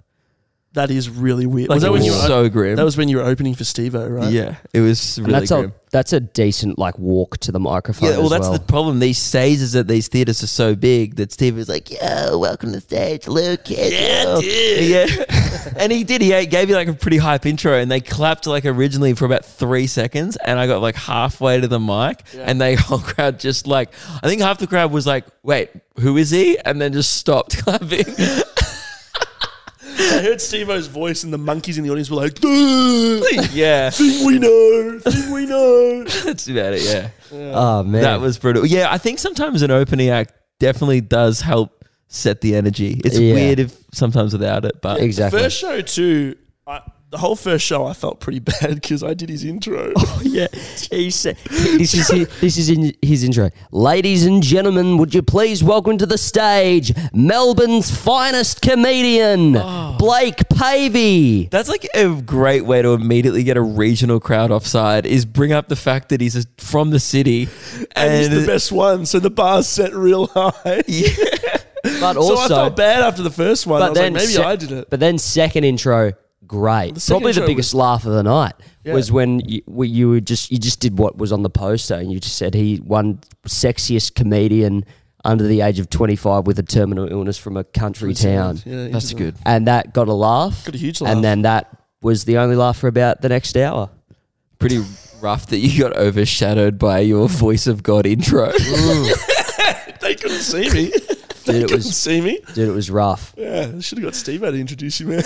that is really weird. Like, was that it when was you were, so grim. that was when you were opening for Stevo, right? Yeah, it was And really that's grim. a that's a decent like walk to the microphone. Yeah, well, as that's the problem. These stages at these theaters are so big that Steve was like, "Yo, welcome to stage, Luke." Yeah, yeah. and he did. He gave you like a pretty hype intro, and they clapped like originally for about three seconds, and I got like halfway to the mic, and they whole crowd just like, I think half the crowd was like, "Wait, who is he?" and then just stopped clapping. I heard Stevo's voice and the monkeys in the audience were like, "Duh, yeah, thing we know, thing we know." that's about it. Yeah. oh man, That was brutal. Yeah, I think sometimes an opening act definitely does help set the energy. It's Yeah. weird if sometimes without it, but exactly. First show too. I, the whole first show, I felt pretty bad because I did his intro. yeah, he said, "This is his, this is in his intro." Ladies and gentlemen, would you please welcome to the stage Melbourne's finest comedian, Oh. Blake Pavey. that's like a great way to immediately get a regional crowd offside is bring up the fact that he's from the city and he's and, the best one, so the bar's set real high. But So also, I felt bad after the first one. I but was like, then maybe se- I did it. But then second intro, great. second Probably the intro biggest laugh of the night was when you, we, you were just you just did what was on the poster and you just said he won sexiest comedian under the age of twenty five with a terminal illness from a country town. Yeah, that's good. and that got a laugh. Got a huge laugh. And then that was the only laugh for about the next hour. Pretty rough that you got overshadowed by your voice of God intro. They couldn't see me. Dude, it couldn't was see me. dude, it was rough. Mm. Yeah, I should have got Steve out to introduce you, man.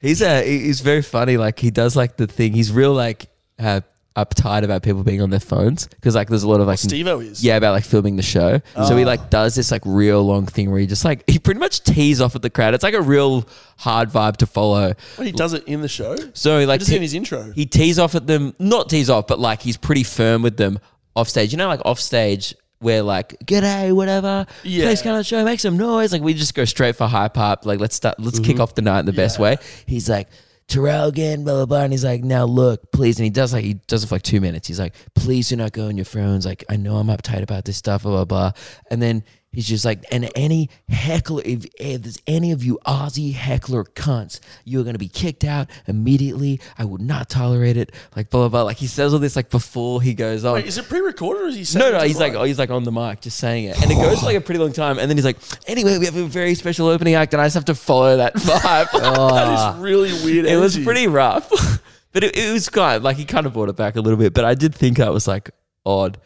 He's a he- he's very funny. Like he does like the thing. He's real like uh, uptight about people being on their phones because like there's a lot of like Steve-O is. yeah about like filming the show. So he Oh. like does this like real long thing where he just like he pretty much tees off at the crowd. It's like a real hard vibe to follow. Well, he does it in the show. So he like Just in te- his intro. he tees off at them, not tees off, but like he's pretty firm with them off stage. You know, like off stage where like g'day, whatever, Yeah. please come on the show, make some noise. Like we just go straight for hype up. Like let's start, let's kick off the night in the best way. He's like. Terrell again, blah blah blah, and he's like, "Now look, please." And he does like he does it for like two minutes. He's like, "Please do not go on your phones." Like, I know I'm uptight about this stuff, blah blah blah. And then He's just like, and any heckler, if, if there's any of you Aussie heckler cunts, you're going to be kicked out immediately. I would not tolerate it. Like, blah, blah, blah. Like, he says all this, like, before he goes on. Wait, is it pre-recorded or is he? saying no, it no, to he's the like, mic? oh, he's like on the mic, just saying it. And it goes for like a pretty long time. And then he's like, anyway, we have a very special opening act, and I just have to follow that vibe. Oh, that is really weird. uh, it was energy. pretty rough. but it, it was kind of, like, he kind of brought it back a little bit. But I did think that was, like, odd.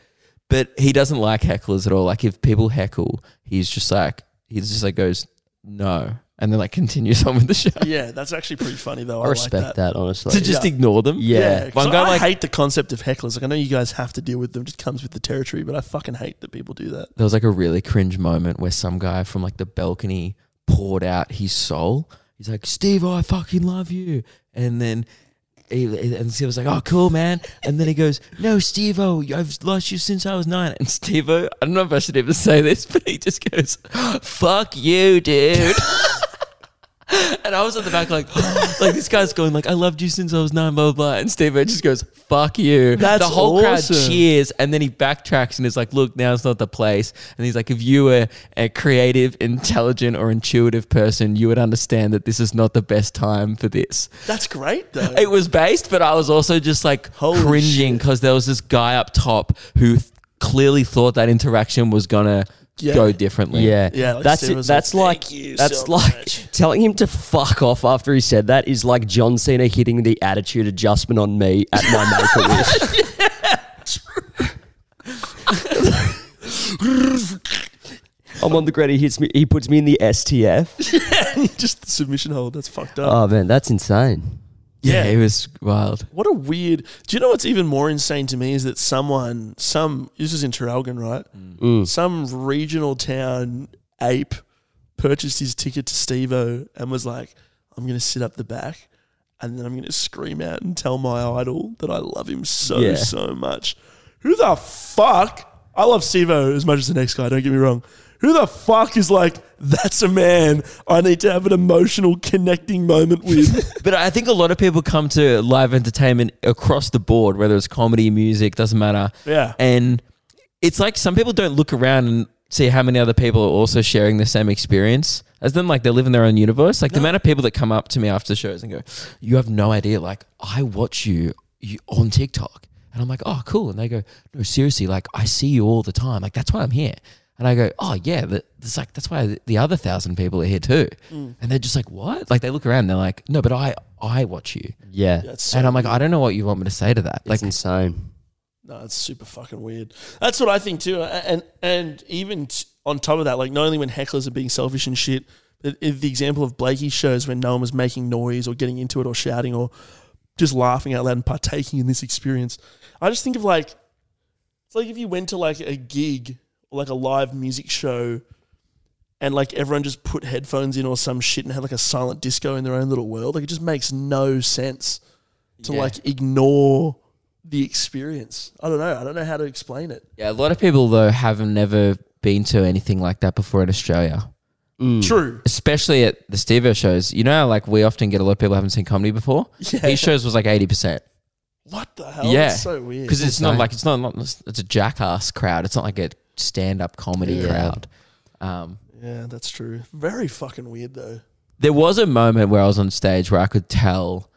But he doesn't like hecklers at all. Like, if people heckle, he's just like, he's just like, goes, no. And then, like, continues on with the show. Yeah, that's actually pretty funny though. I I, like respect that. that. honestly. To just ignore them. Yeah. Yeah, 'cause One guy, I like- hate the concept of hecklers. Like I know you guys have to deal with them; just comes with the territory. But I fucking hate that people do that. There was like a really cringe moment where some guy from like the balcony poured out his soul. He's like, Steve, I fucking love you. And then he, and Steve was like, oh, cool, man. And then he goes, no, Steve O, I've lost you since I was nine. And Steve O, I don't know if I should even say this, but he just goes, fuck you, dude. and I was at the back like, like this guy's going like, I loved you since I was nine, blah, blah, blah. And Steve O just goes, fuck you. That's the whole crowd awesome. cheers years and then he backtracks and is like look now's not the place and he's like if you were a creative intelligent or intuitive person you would understand that this is not the best time for this That's great though. it was based but i was also just like Holy cringing because there was this guy up top who th- clearly thought that interaction was gonna Yeah. go differently Yeah, Yeah, like that's Steve it. was That's like, like, "Thank you that's so like much." telling him to fuck off after he said that is like John Cena hitting the attitude adjustment on me at my make a wish. I'm on the ground. He hits me. He puts me in the STF. just the submission hold. That's fucked up. Oh man, that's insane. yeah Yeah. it was wild what a weird. Do you know what's even more insane to me is that someone, some this is in Terralgan, right? Mm. Some regional town ape purchased his ticket to Stevo and was like, "I'm gonna sit up the back." And then I'm going to scream out and tell my idol that I love him so, Yeah. so much. Who the fuck? I love Stevo as much as the next guy, don't get me wrong. Who the fuck is like, that's a man I need to have an emotional connecting moment with? But I think a lot of people come to live entertainment across the board, whether it's comedy, music, doesn't matter. Yeah. And it's like some people don't look around and see how many other people are also sharing the same experience as them. Like they live in their own universe. Like the amount of people that come up to me after shows and go, You have no idea. Like I watch you, you on TikTok. And I'm like, Oh, cool. And they go, No, seriously. Like I see you all the time. Like that's why I'm here. And I go, oh yeah, that- that's like that's why the- the other thousand people are here too. And they're just like, what? Like they look around, they're like, no, but I I watch you, Yeah, That's so and I'm like, I don't know what you want me to say to that. that's Like, insane. No, it's super fucking weird. That's what I think too. And and even t- on top of that, like not only when hecklers are being selfish and shit, but if the example of Blakey shows when no one was making noise or getting into it or shouting or just laughing out loud and partaking in this experience. I just think of like it's like if you went to like a gig or like a live music show and like everyone just put headphones in or some shit and had like a silent disco in their own little world. Like it just makes no sense to Yeah. like ignore the experience. I don't know. I don't know how to explain it. yeah, a lot of people though have never been to anything like that before in Australia, Mm. Hmm. True. especially at the Steve shows. You know, how, like we often get a lot of people haven't seen comedy before. Yeah. His shows was like eighty percent What the hell? Yeah. That's so weird. because it's not Insane. like it's not, not it's a jackass crowd. It's not like a stand up comedy Yeah. crowd. Um, Yeah, that's true. Very fucking weird though. there was a moment where I was on stage where I could tell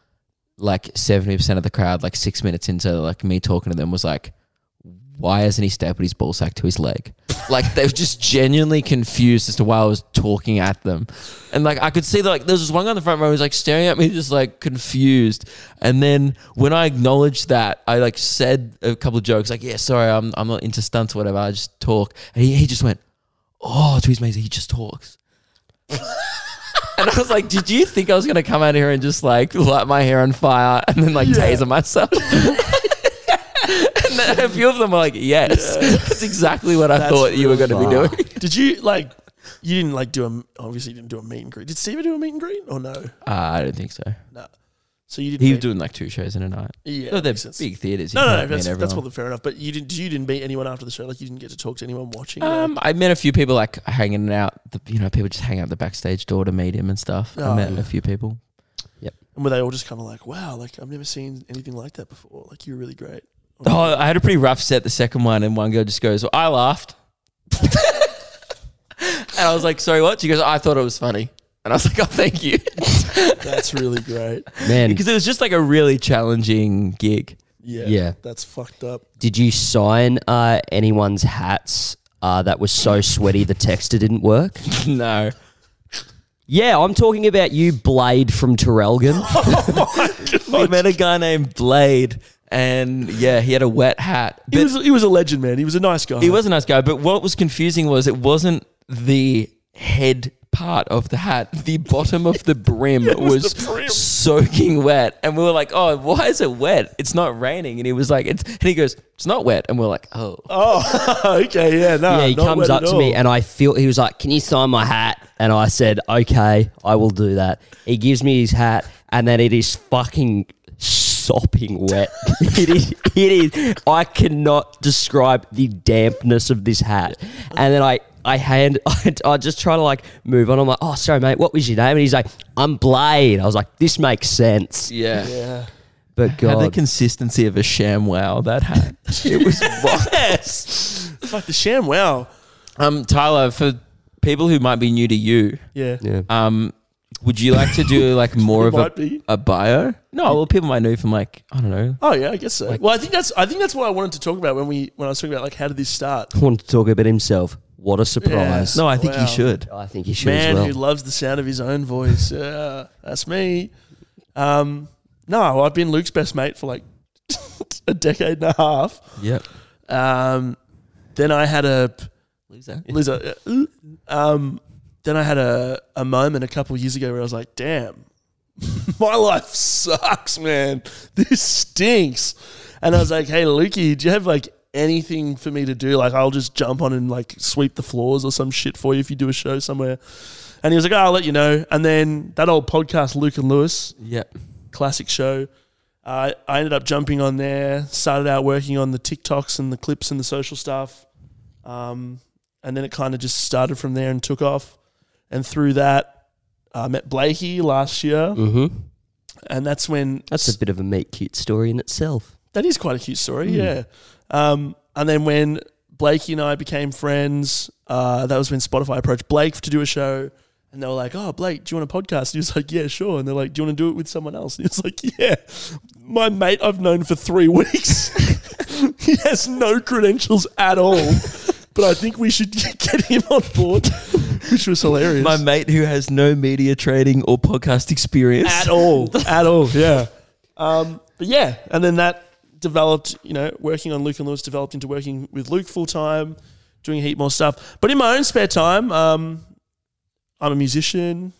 like 70% of the crowd, like six minutes into like me talking to them was like, why hasn't he stapled his ballsack to his leg? Like they were just genuinely confused as to why I was talking at them. And like I could see that like there was this one guy in the front row who was like staring at me just like confused. And then when I acknowledged that, I like said a couple of jokes, like, yeah, sorry, I'm I'm not into stunts or whatever. I just talk. And he, he just went, Oh, to his mates, he just talks. And I was like, did you think I was going to come out here and just like light my hair on fire and then like taser myself? and then a few of them were like, yes, that's exactly what I thought you were going to be really doing. Did you like? You didn't like do a obviously you didn't do a meet and greet. Did Steve do a meet and greet or no? Uh, I don't think so. No. So you didn't. He was meet- doing like two shows in a night. Yeah, No, they're makes sense. big theaters. you No, no, no. can't meet That's, that's everyone. what the fair enough. But you didn't. You didn't meet anyone after the show. Like you didn't get to talk to anyone watching. Um, I met a few people like hanging out. The, you know, people just hang out the backstage door to meet him and stuff. Oh, I met yeah. a few people. and were they all just kind of like, "Wow, like I've never seen anything like that before. Like you're really great." Oh, I had a pretty rough set the second one, and one girl just goes, "I laughed," and I was like, "Sorry, what?" She goes, "I thought it was funny," and I was like, "Oh, thank you," That's really great. Man, because it was just like a really challenging gig. Yeah, Yeah. That's fucked up. did you sign uh, anyone's hats uh, that was so sweaty the texter didn't work? no, Yeah, I'm talking about you, Blade from Terrelgan. we met a guy named Blade, and yeah, he had a wet hat. But he was. He was a legend, man. He was a nice guy. He was a nice guy, but what was confusing was it wasn't the head part of the hat. The bottom of the brim was, the brim. soaking wet. And we were like, oh, why is it wet? It's not raining. And he was like, it's, and he goes, it's not wet. And we are like, oh. Oh, okay, yeah, no. yeah, he Ah, not comes wet up at to me all. and I feel he was like, "Can you sign my hat?" And I said, "Okay, I will do that." He gives me his hat, and then it is fucking sopping wet. it is. It is. I cannot describe the dampness of this hat. And then I. I hand, I, I just try to like move on. I'm like, oh, sorry, mate, what was your name? And he's like, I'm Blade. I was like, this makes sense. Yeah. yeah. But Had the God, consistency of a sham wow, that hat. it was yes. Fuck the sham. Wow. Um, Tyler, for people who might be new to you, Yeah. yeah. um, would you like to do like more of a, might be. a bio? No, well, people might know you from like, I don't know, Oh yeah, I guess so. well, I think that's I think that's what I wanted to talk about when we when I was talking about like how did this start? wanted to talk about himself. What a surprise! No, I think Wow. you should. I think he should Man as well. who loves the sound of his own voice. Yeah, that's me. Um, no, I've been Luke's best mate for like a decade and a half. Yep. Um, then I had a Loser. Liz, uh, uh, um, then I had a, a moment a couple years ago where I was like, damn, my life sucks, man. This stinks. And I was like, hey, Lukey, do you have like anything for me to do? Like, I'll just jump on and like sweep the floors or some shit for you if you do a show somewhere. And he was like, oh, I'll let you know. And then that old podcast, Luke and Lewis, Yep. classic show. Uh, I ended up jumping on there, started out working on the TikToks and the clips and the social stuff. Um, and then it kind of just started from there and took off. And through that, I met Blakey last year. Mm-hmm. And that's when That's a bit of a meat cute story in itself. that is quite a cute story, yeah. Um, and then when Blakey and I became friends, uh, that was when Spotify approached Blake to do a show. And they were like, oh, Blake, do you want a podcast? And he was like, yeah, sure. And they're like, do you want to do it with someone else? And he was like, yeah, my mate I've known for three weeks. he has no credentials at all. But I think we should get him on board, which was hilarious. My mate who has no media trading or podcast experience. at all, at all, yeah. Um, but yeah, and then that developed, you know, working on Luke and Lewis developed into working with Luke full time, doing a heap more stuff. But in my own spare time, um, I'm a musician.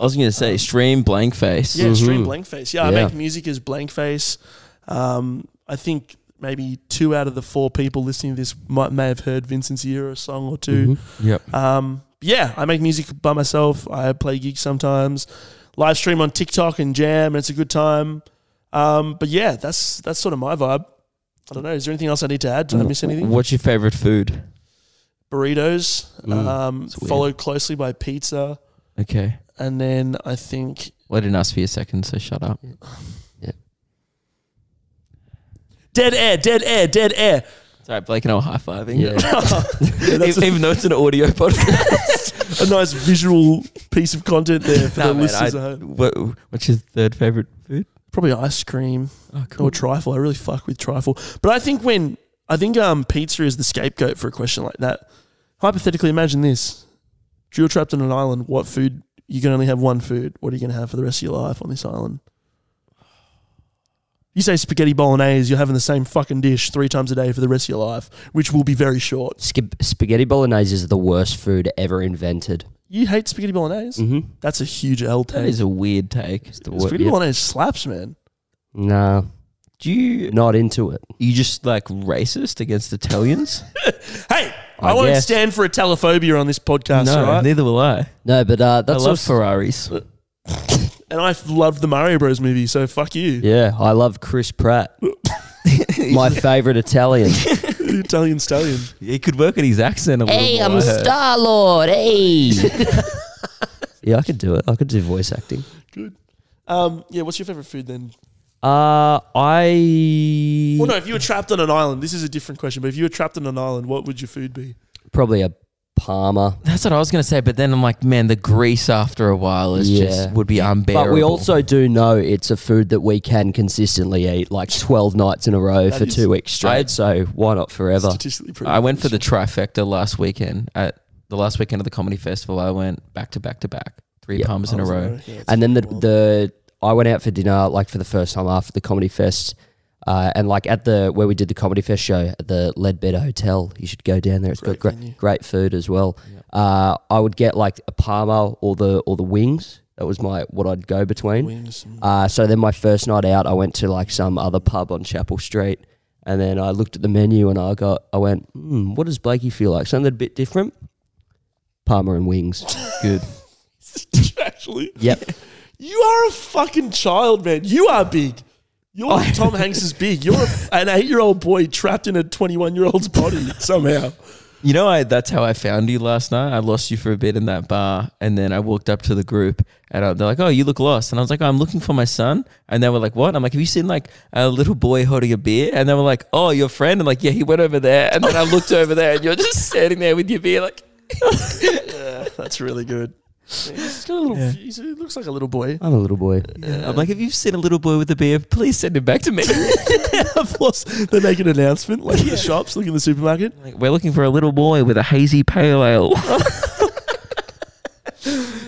I was going to say, stream blank face. Um, Yeah, stream Mhm. Blankface. Mm-hmm. Yeah, I Yeah. make music as Blankface. Um, I think maybe two out of the four people listening to this might may have heard Vincent's Era song or 2 Mm-hmm. Yep. Um, yeah, I make music by myself. I play gigs sometimes, live stream on TikTok and jam, and it's a good time. Um, but yeah, that's that's sort of my vibe. I don't know. Is there anything else I need to add? Did I miss anything? What's your favorite food? Burritos, um, Mm. weird. followed closely by pizza, Okay. and then I think. Well, I didn't ask for your second, so shut up. Dead air, dead air, dead air. It's all right, Blake and I were high fiving. Yeah. that's even, even though it's an audio podcast. a nice visual piece of content there for Nah, the man, listeners I- at home. what, what's your third favorite food? Probably ice cream. Oh, or trifle. I really fuck with trifle. But I think when I think um pizza is the scapegoat for a question like that. Hypothetically, imagine this: If you're trapped on an island. What food? You can only have one food. What are you going to have for the rest of your life on this island? You say spaghetti bolognese, you're having the same fucking dish three times a day for the rest of your life, which will be very short. Skip, spaghetti bolognese is the worst food ever invented. You hate spaghetti bolognese? Mm-hmm. That's a huge L That take. is a weird take. It's the wor- Spaghetti yeah. bolognese slaps, man. Nah, Do you not into it. you just like racist against Italians? Hey, I, I won't guess. stand for Italophobia on this podcast, no, right? neither will I. No, but uh, that's I love also- Ferraris. and I loved the Mario Bros movie, so fuck you. Yeah, I love Chris Pratt. My favorite Italian. Italian stallion. He could work at his accent a little more, I heard. Lord. Hey. yeah, I could do it. I could do voice acting. Good. Um, yeah, what's your favorite food then? Uh, I Well, no, if you were trapped on an island, this is a different question, but if you were trapped on an island, what would your food be? probably a Palmer. That's what I was gonna say, but then I'm like, man, the grease after a while is just Yeah. would be unbearable. But we also do know it's a food that we can consistently eat like 12 nights in a row That for is- two weeks straight. I- so why not forever? Statistically pretty. I went for the trifecta last weekend at the last weekend of the comedy festival. I went back to back to back, three Yeah. palms Oh, in a row. And then the, the I went out for dinner like for the first time after the comedy fest, uh, and like at the where we did the comedy fest show at the Leadbetter Hotel. You should go down there. It's Great got venue. great, great food as well. Uh, I would get like a parma or the or the wings. That was my what I'd go between. Wings and- Uh, so then my first night out, I went to like some other pub on Chapel Street, and then I looked at the menu and I got I went, hmm, what does Blakey feel like? Something a bit different. Parma and wings. Good. Actually, Yep. you are a fucking child, man. You are big. You're Tom Hanks is big. You're a- an eight-year-old boy trapped in a twenty-one-year-old's body somehow. You know, I that's how I found you last night. I lost you for a bit in that bar, and then I walked up to the group, and I, they're like, "Oh, you look lost," and I was like, "I'm looking for my son," and they were like, "What?" I'm like, "Have you seen like a little boy holding a beer?" And they were like, "Oh, your friend," and like, "Yeah, he went over there," and then I looked over there, and you're just standing there with your beer, like, That's really good. He's got a little. he's- He looks like a little boy. I'm a little boy. I'm like, "If you've seen a little boy with a beer, please send him back to me." Of course, they make an announcement like in the shops, like in the supermarket. like, we're looking for a little boy with a hazy pale ale. Ah,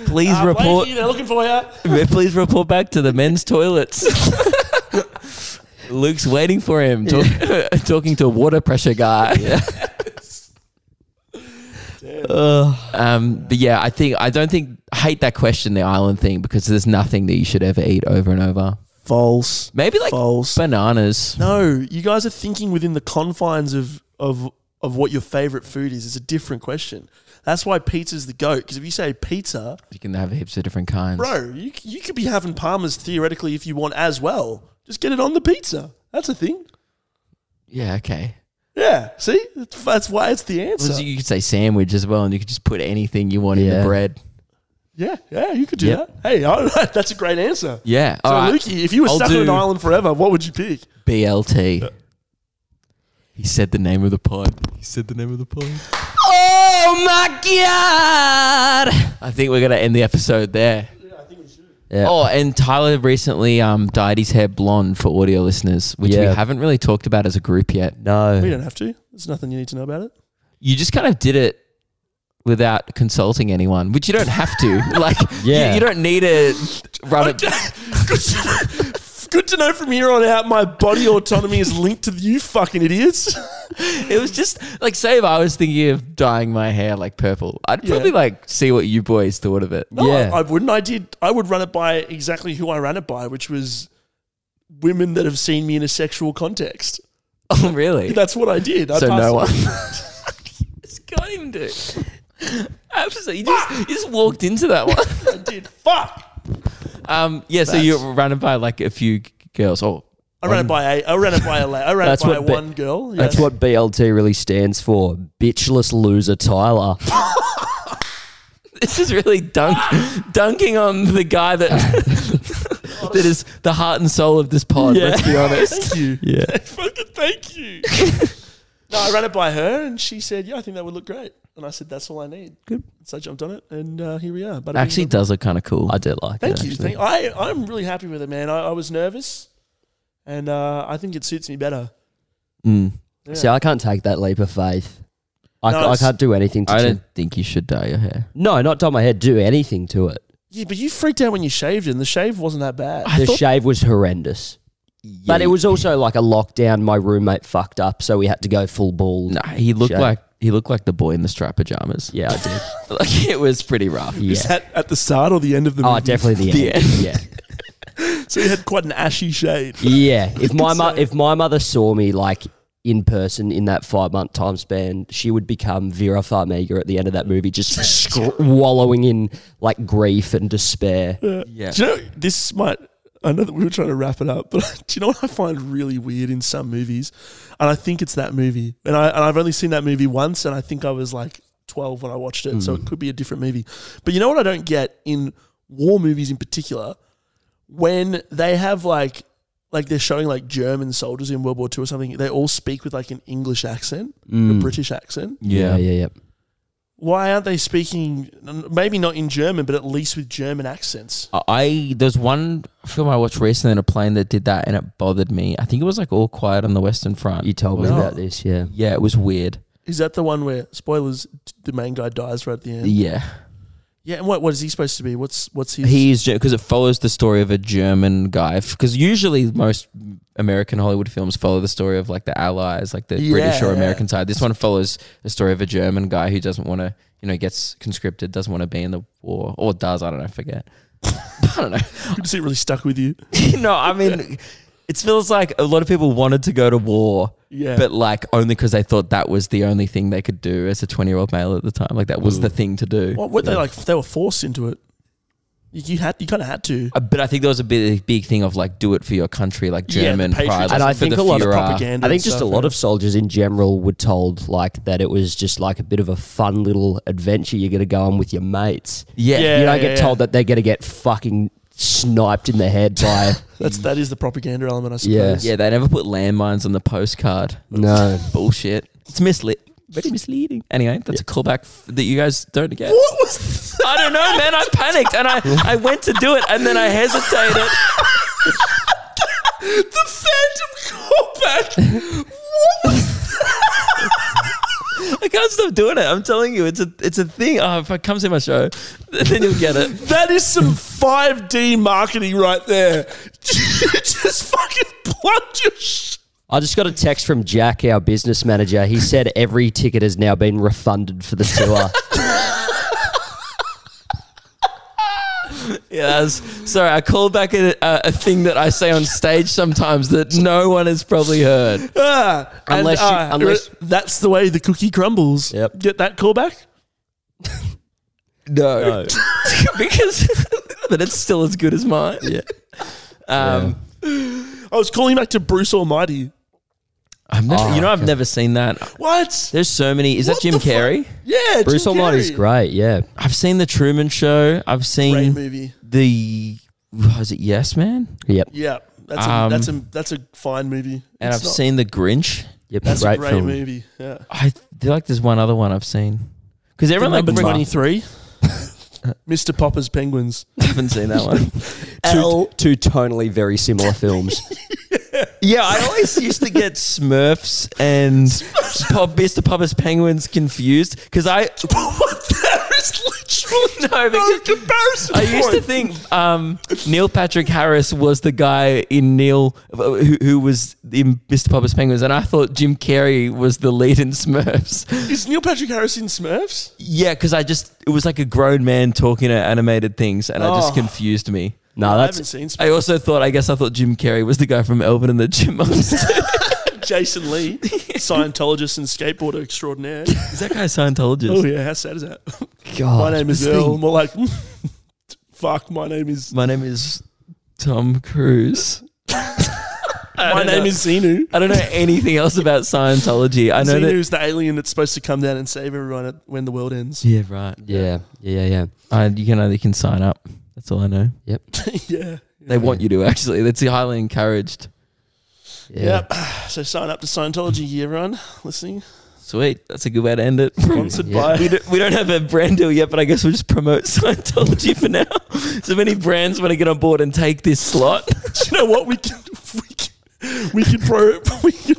please Uh, report. Blakey, they're looking for you. Please report back to the men's toilets. Luke's waiting for him, talk, talking to a water pressure guy. um, but yeah, I think I don't think I hate that question, the island thing, because there's nothing that you should ever eat over and over. False. Maybe like False. bananas. No, you guys are thinking within the confines of of of what your favorite food is. It's a different question. That's why pizza's the goat. Because if you say pizza, You can have heaps of different kinds. bro, you you could be having Palmer's theoretically if you want as well. Just get it on the pizza. That's a thing. Yeah, okay. Yeah. See, that's, that's why it's the answer. Well, you could say sandwich as well, and you could just put anything you want in the Yeah. bread. yeah, yeah, you could do Yep. that. Hey, all right, that's a great answer. Yeah. So, All right. Lukey, if you were I'll stuck on an do- island forever, what would you pick? BLT. He said the name of the pod. Uh. He said the name of the pod. Oh my god! I think we're gonna end the episode there. Yeah. Oh, and Tyler recently um, dyed his hair blonde for audio listeners, which we Yeah. haven't really talked about as a group yet. We No. don't have to. There's nothing you need to know about it. You just kind of did it without consulting anyone, which you don't have to. like, yeah. Yeah. you, don't need to run it. good, to, good to know from here on out my body autonomy is linked to you fucking idiots. It was just like, say if I was thinking of dyeing my hair like purple, I'd Yeah. probably like see what you boys thought of it. No, Yeah. I, I wouldn't. I did. I would run it by exactly who I ran it by, which was women that have seen me in a sexual context. Oh, really? That's what I did. I so passed- no one. just got him, dude. Absolutely, you just, you just walked into that one. I did. Fuck. Um, yeah, so you were running by like a few g- girls. Oh, I ran it by a. I ran it by a. la- I ran it That's by what ba- one girl. That's yes. what BLT really stands for. Bitchless loser Tyler. this is really dunk, dunking on the guy that that is the heart and soul of this pod. Let's be honest. Thank you. Yeah. Fucking thank you. no, I ran it by her, and she said, "Yeah, I think that would look great." And I said, "That's all I need." Good. So I jumped on it, and uh, here we are. But Actually, it does look kind of cool. I do like Thank it. you. actually. Thank, I I'm really happy with it, man. I, I was nervous, and uh, I think it suits me better. Mm. Yeah. See, I can't take that leap of faith. I, No, I it's- can't do anything to I it. don't think you should dye your hair. No, not top my head. Do anything to it. yeah, but you freaked out when you shaved, it, and the shave wasn't that bad. the shave was horrendous. But it was also like a lockdown. My roommate fucked up, so we had to go full bald. Nah, he looked Shame. like he looked like the boy in the striped pajamas. Yeah, I did. like it was pretty rough. Yeah. Is that at the start or the end of the movie? Oh, definitely the end. The Yeah. end. So you had quite an ashy shade. Yeah, if my uh, mo- if my mother saw me like in person in that five month time span, she would become Vera Farmiga at the end of that movie, just scr- wallowing in like grief and despair. Yeah. Do you know this might? I know that we were trying to wrap it up, but do you know what I find really weird in some movies? And I think it's that movie. And I and I've only seen that movie once, and I think I was like twelve when I watched it, so it could be a different movie. But you know what I don't get in war movies in particular, when they have like like they're showing like German soldiers in World War II or something, they all speak with like an English accent, Mm. Hmm. a British accent. yeah, yeah, yeah. Why aren't they speaking? Maybe not in German, but at least with German accents. I there's one film I watched recently in a plane that did that and it bothered me. I think it was like All Quiet on the Western Front. Oh. You told me No. about this. Yeah, yeah, it was weird. Is that the one where spoilers? t- The main guy dies right at the end. Yeah, Yeah, and what what is he supposed to be? What's what's his? he's because it follows the story of a German guy. Because usually most American Hollywood films follow the story of like the Allies, like the British or Yeah. American side. This one follows the story of a German guy who doesn't want to, you know, gets conscripted, doesn't want to be in the war, or does I don't know, I forget. I don't know. Good to see it really stuck with you. no, I mean, it feels like a lot of people wanted to go to war, Yeah. but like only because they thought that was the only thing they could do as a 20 year old male at the time. Like that was the thing to do. What were they like? They were forced into it. You, you had you kind of had to. Uh, But I think there was a big, big thing of like, do it for your country, like Yeah, the German pride. patriotism like, and I for think the a lot Führer. of propaganda. I think just a lot of soldiers in general were told like that it was just like a bit of a fun little adventure you're going to go on with your mates. Yeah. Yeah. you don't get yeah. told that they're going to get fucking sniped in the head by That's that is the propaganda element, I Yeah. suppose. Yeah, they never put landmines on the postcard. no. Bullshit. It's mislead. Very misleading. Anyway, that's a callback f- that you guys don't get. What was? I don't know, man. I panicked and I, I went to do it and then I hesitated. The Phantom callback. what? I can't stop doing it. I'm telling you, it's a it's a thing. Oh, if I come see my show, then you'll get it. That is some five D marketing right there. Just fucking plunge your. Sh- I just got a text from Jack, our business manager. He said every ticket has now been refunded for the tour. Yeah, that's, sorry, I call back a, a, a thing that I say on stage sometimes that no one has probably heard. Ah, and, Unless you- ah, unless- that's the way the cookie crumbles. Yep. Get that callback. No, because but it's still as good as mine. Yeah. Um, I was calling back to Bruce Almighty. I've never, you know, I've never seen that. What? There's so many. Is that What Jim the fu- Carrey? Yeah, Bruce Jim Almighty's Carrey. great, yeah. I've seen the Truman Show. I've Great seen movie. the was it Yes Man, Yep. Yeah, that's a, Um, that's a that's a fine movie. and It's I've not- seen the Grinch. Yep. that's great, a great film. movie. Yeah, I feel like there's one other one I've seen because everyone like number brings- twenty three. Mr. Popper's Penguins. haven't seen that one. Two, two tonally very similar films. yeah, I always used to get Smurfs and Pop, Mr. Popper's Penguins confused because I what? There is literally No, because- comparison. I used to point. think um, Neil Patrick Harris was the guy in Neil uh, who, who was in Mr. Popper's Penguins, and I thought Jim Carrey was the lead in Smurfs. is Neil Patrick Harris in Smurfs? Yeah, because I just it was like a grown man talking to animated things, and I Oh. just confused me. No, I that's haven't seen Smurfs. I also thought, I guess I thought Jim Carrey was the guy from Elvin and the Chipmunks. Jason Lee, Scientologist and skateboarder extraordinaire. Is that guy a Scientologist? Oh yeah, how sad is that? God. my name is Oh, this Earl. thing- More like, fuck. My name is. My name is Tom Cruise. My name is Xenu. I don't know anything else about Scientology. I know Xenu that. is the alien that's supposed to come down and save everyone at, when the world ends. Yeah, right. Yeah, yeah, yeah, yeah. I, you can only can sign up. That's all I know. Yep. yeah. They want you to actually. That's highly encouraged. Yeah. Yep. So sign up to Scientology, everyone listening. Sweet. That's a good way to end it. Sponsored Yeah. we, by. don't, we don't have a brand deal yet, but I guess we'll just promote Scientology for now. So many brands want to get on board and take this slot. Do you know what we can we can we can pro we can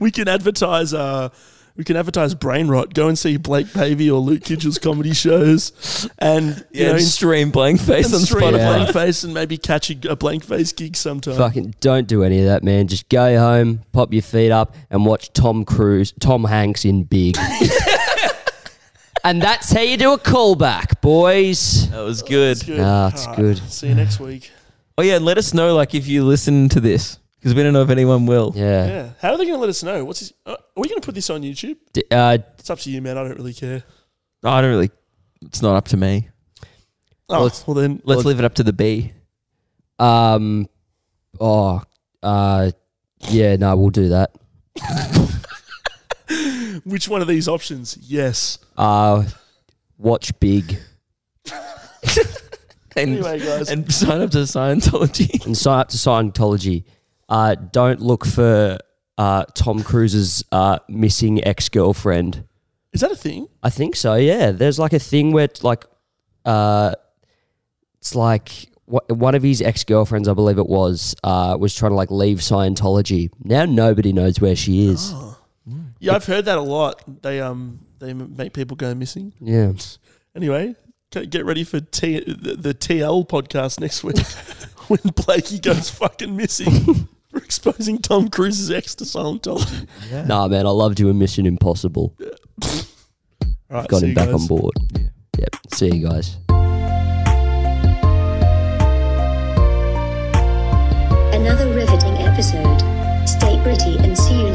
we can advertise uh We can advertise brain rot. Go and see Blake Pavey or Luke Kidgel's comedy shows, and you Yeah, know, just stream blank face on and stream a Spotify. blank face and maybe catch a, a blank face gig sometime. Fucking don't do any of that, man. Just go home, pop your feet up, and watch Tom Cruise, Tom Hanks in Big. and that's how you do a callback, boys. That was good. Good. Ah, it's Alright, good. See you next week. Oh yeah, and let us know like if you listen to this because we don't know if anyone will. Yeah. Yeah. How are they going to let us know? What's his, uh, are we going to put this on YouTube? D- uh, It's up to you, man. I don't really care. I don't really. It's not up to me. Oh, Well, well, it's- then. Let's Well- leave it up to the bee. um, oh, uh, yeah, no, we'll do that. Which one of these options? Yes. Uh, watch Big And, Anyway, guys. and sign up to Scientology. and sign up to Scientology. Uh, don't look for uh, Tom Cruise's uh, missing ex girlfriend. Is that a thing? I think so. Yeah, there's like a thing where it's like, uh, it's like wh- one of his ex girlfriends, I believe it was, uh, was trying to like leave Scientology. Now nobody knows where she is. Oh. Yeah, I've heard that a lot. They um they m- make people go missing. Yeah, Anyway, g- get ready for T- the, the TL podcast next week when Blakey goes fucking missing for exposing Tom Cruise's ex to Scientology. nah, man, I loved you in Mission Impossible. All right, Got see him you back guys. on board. Yeah. Yep. See you guys. Another riveting episode. Stay pretty and see you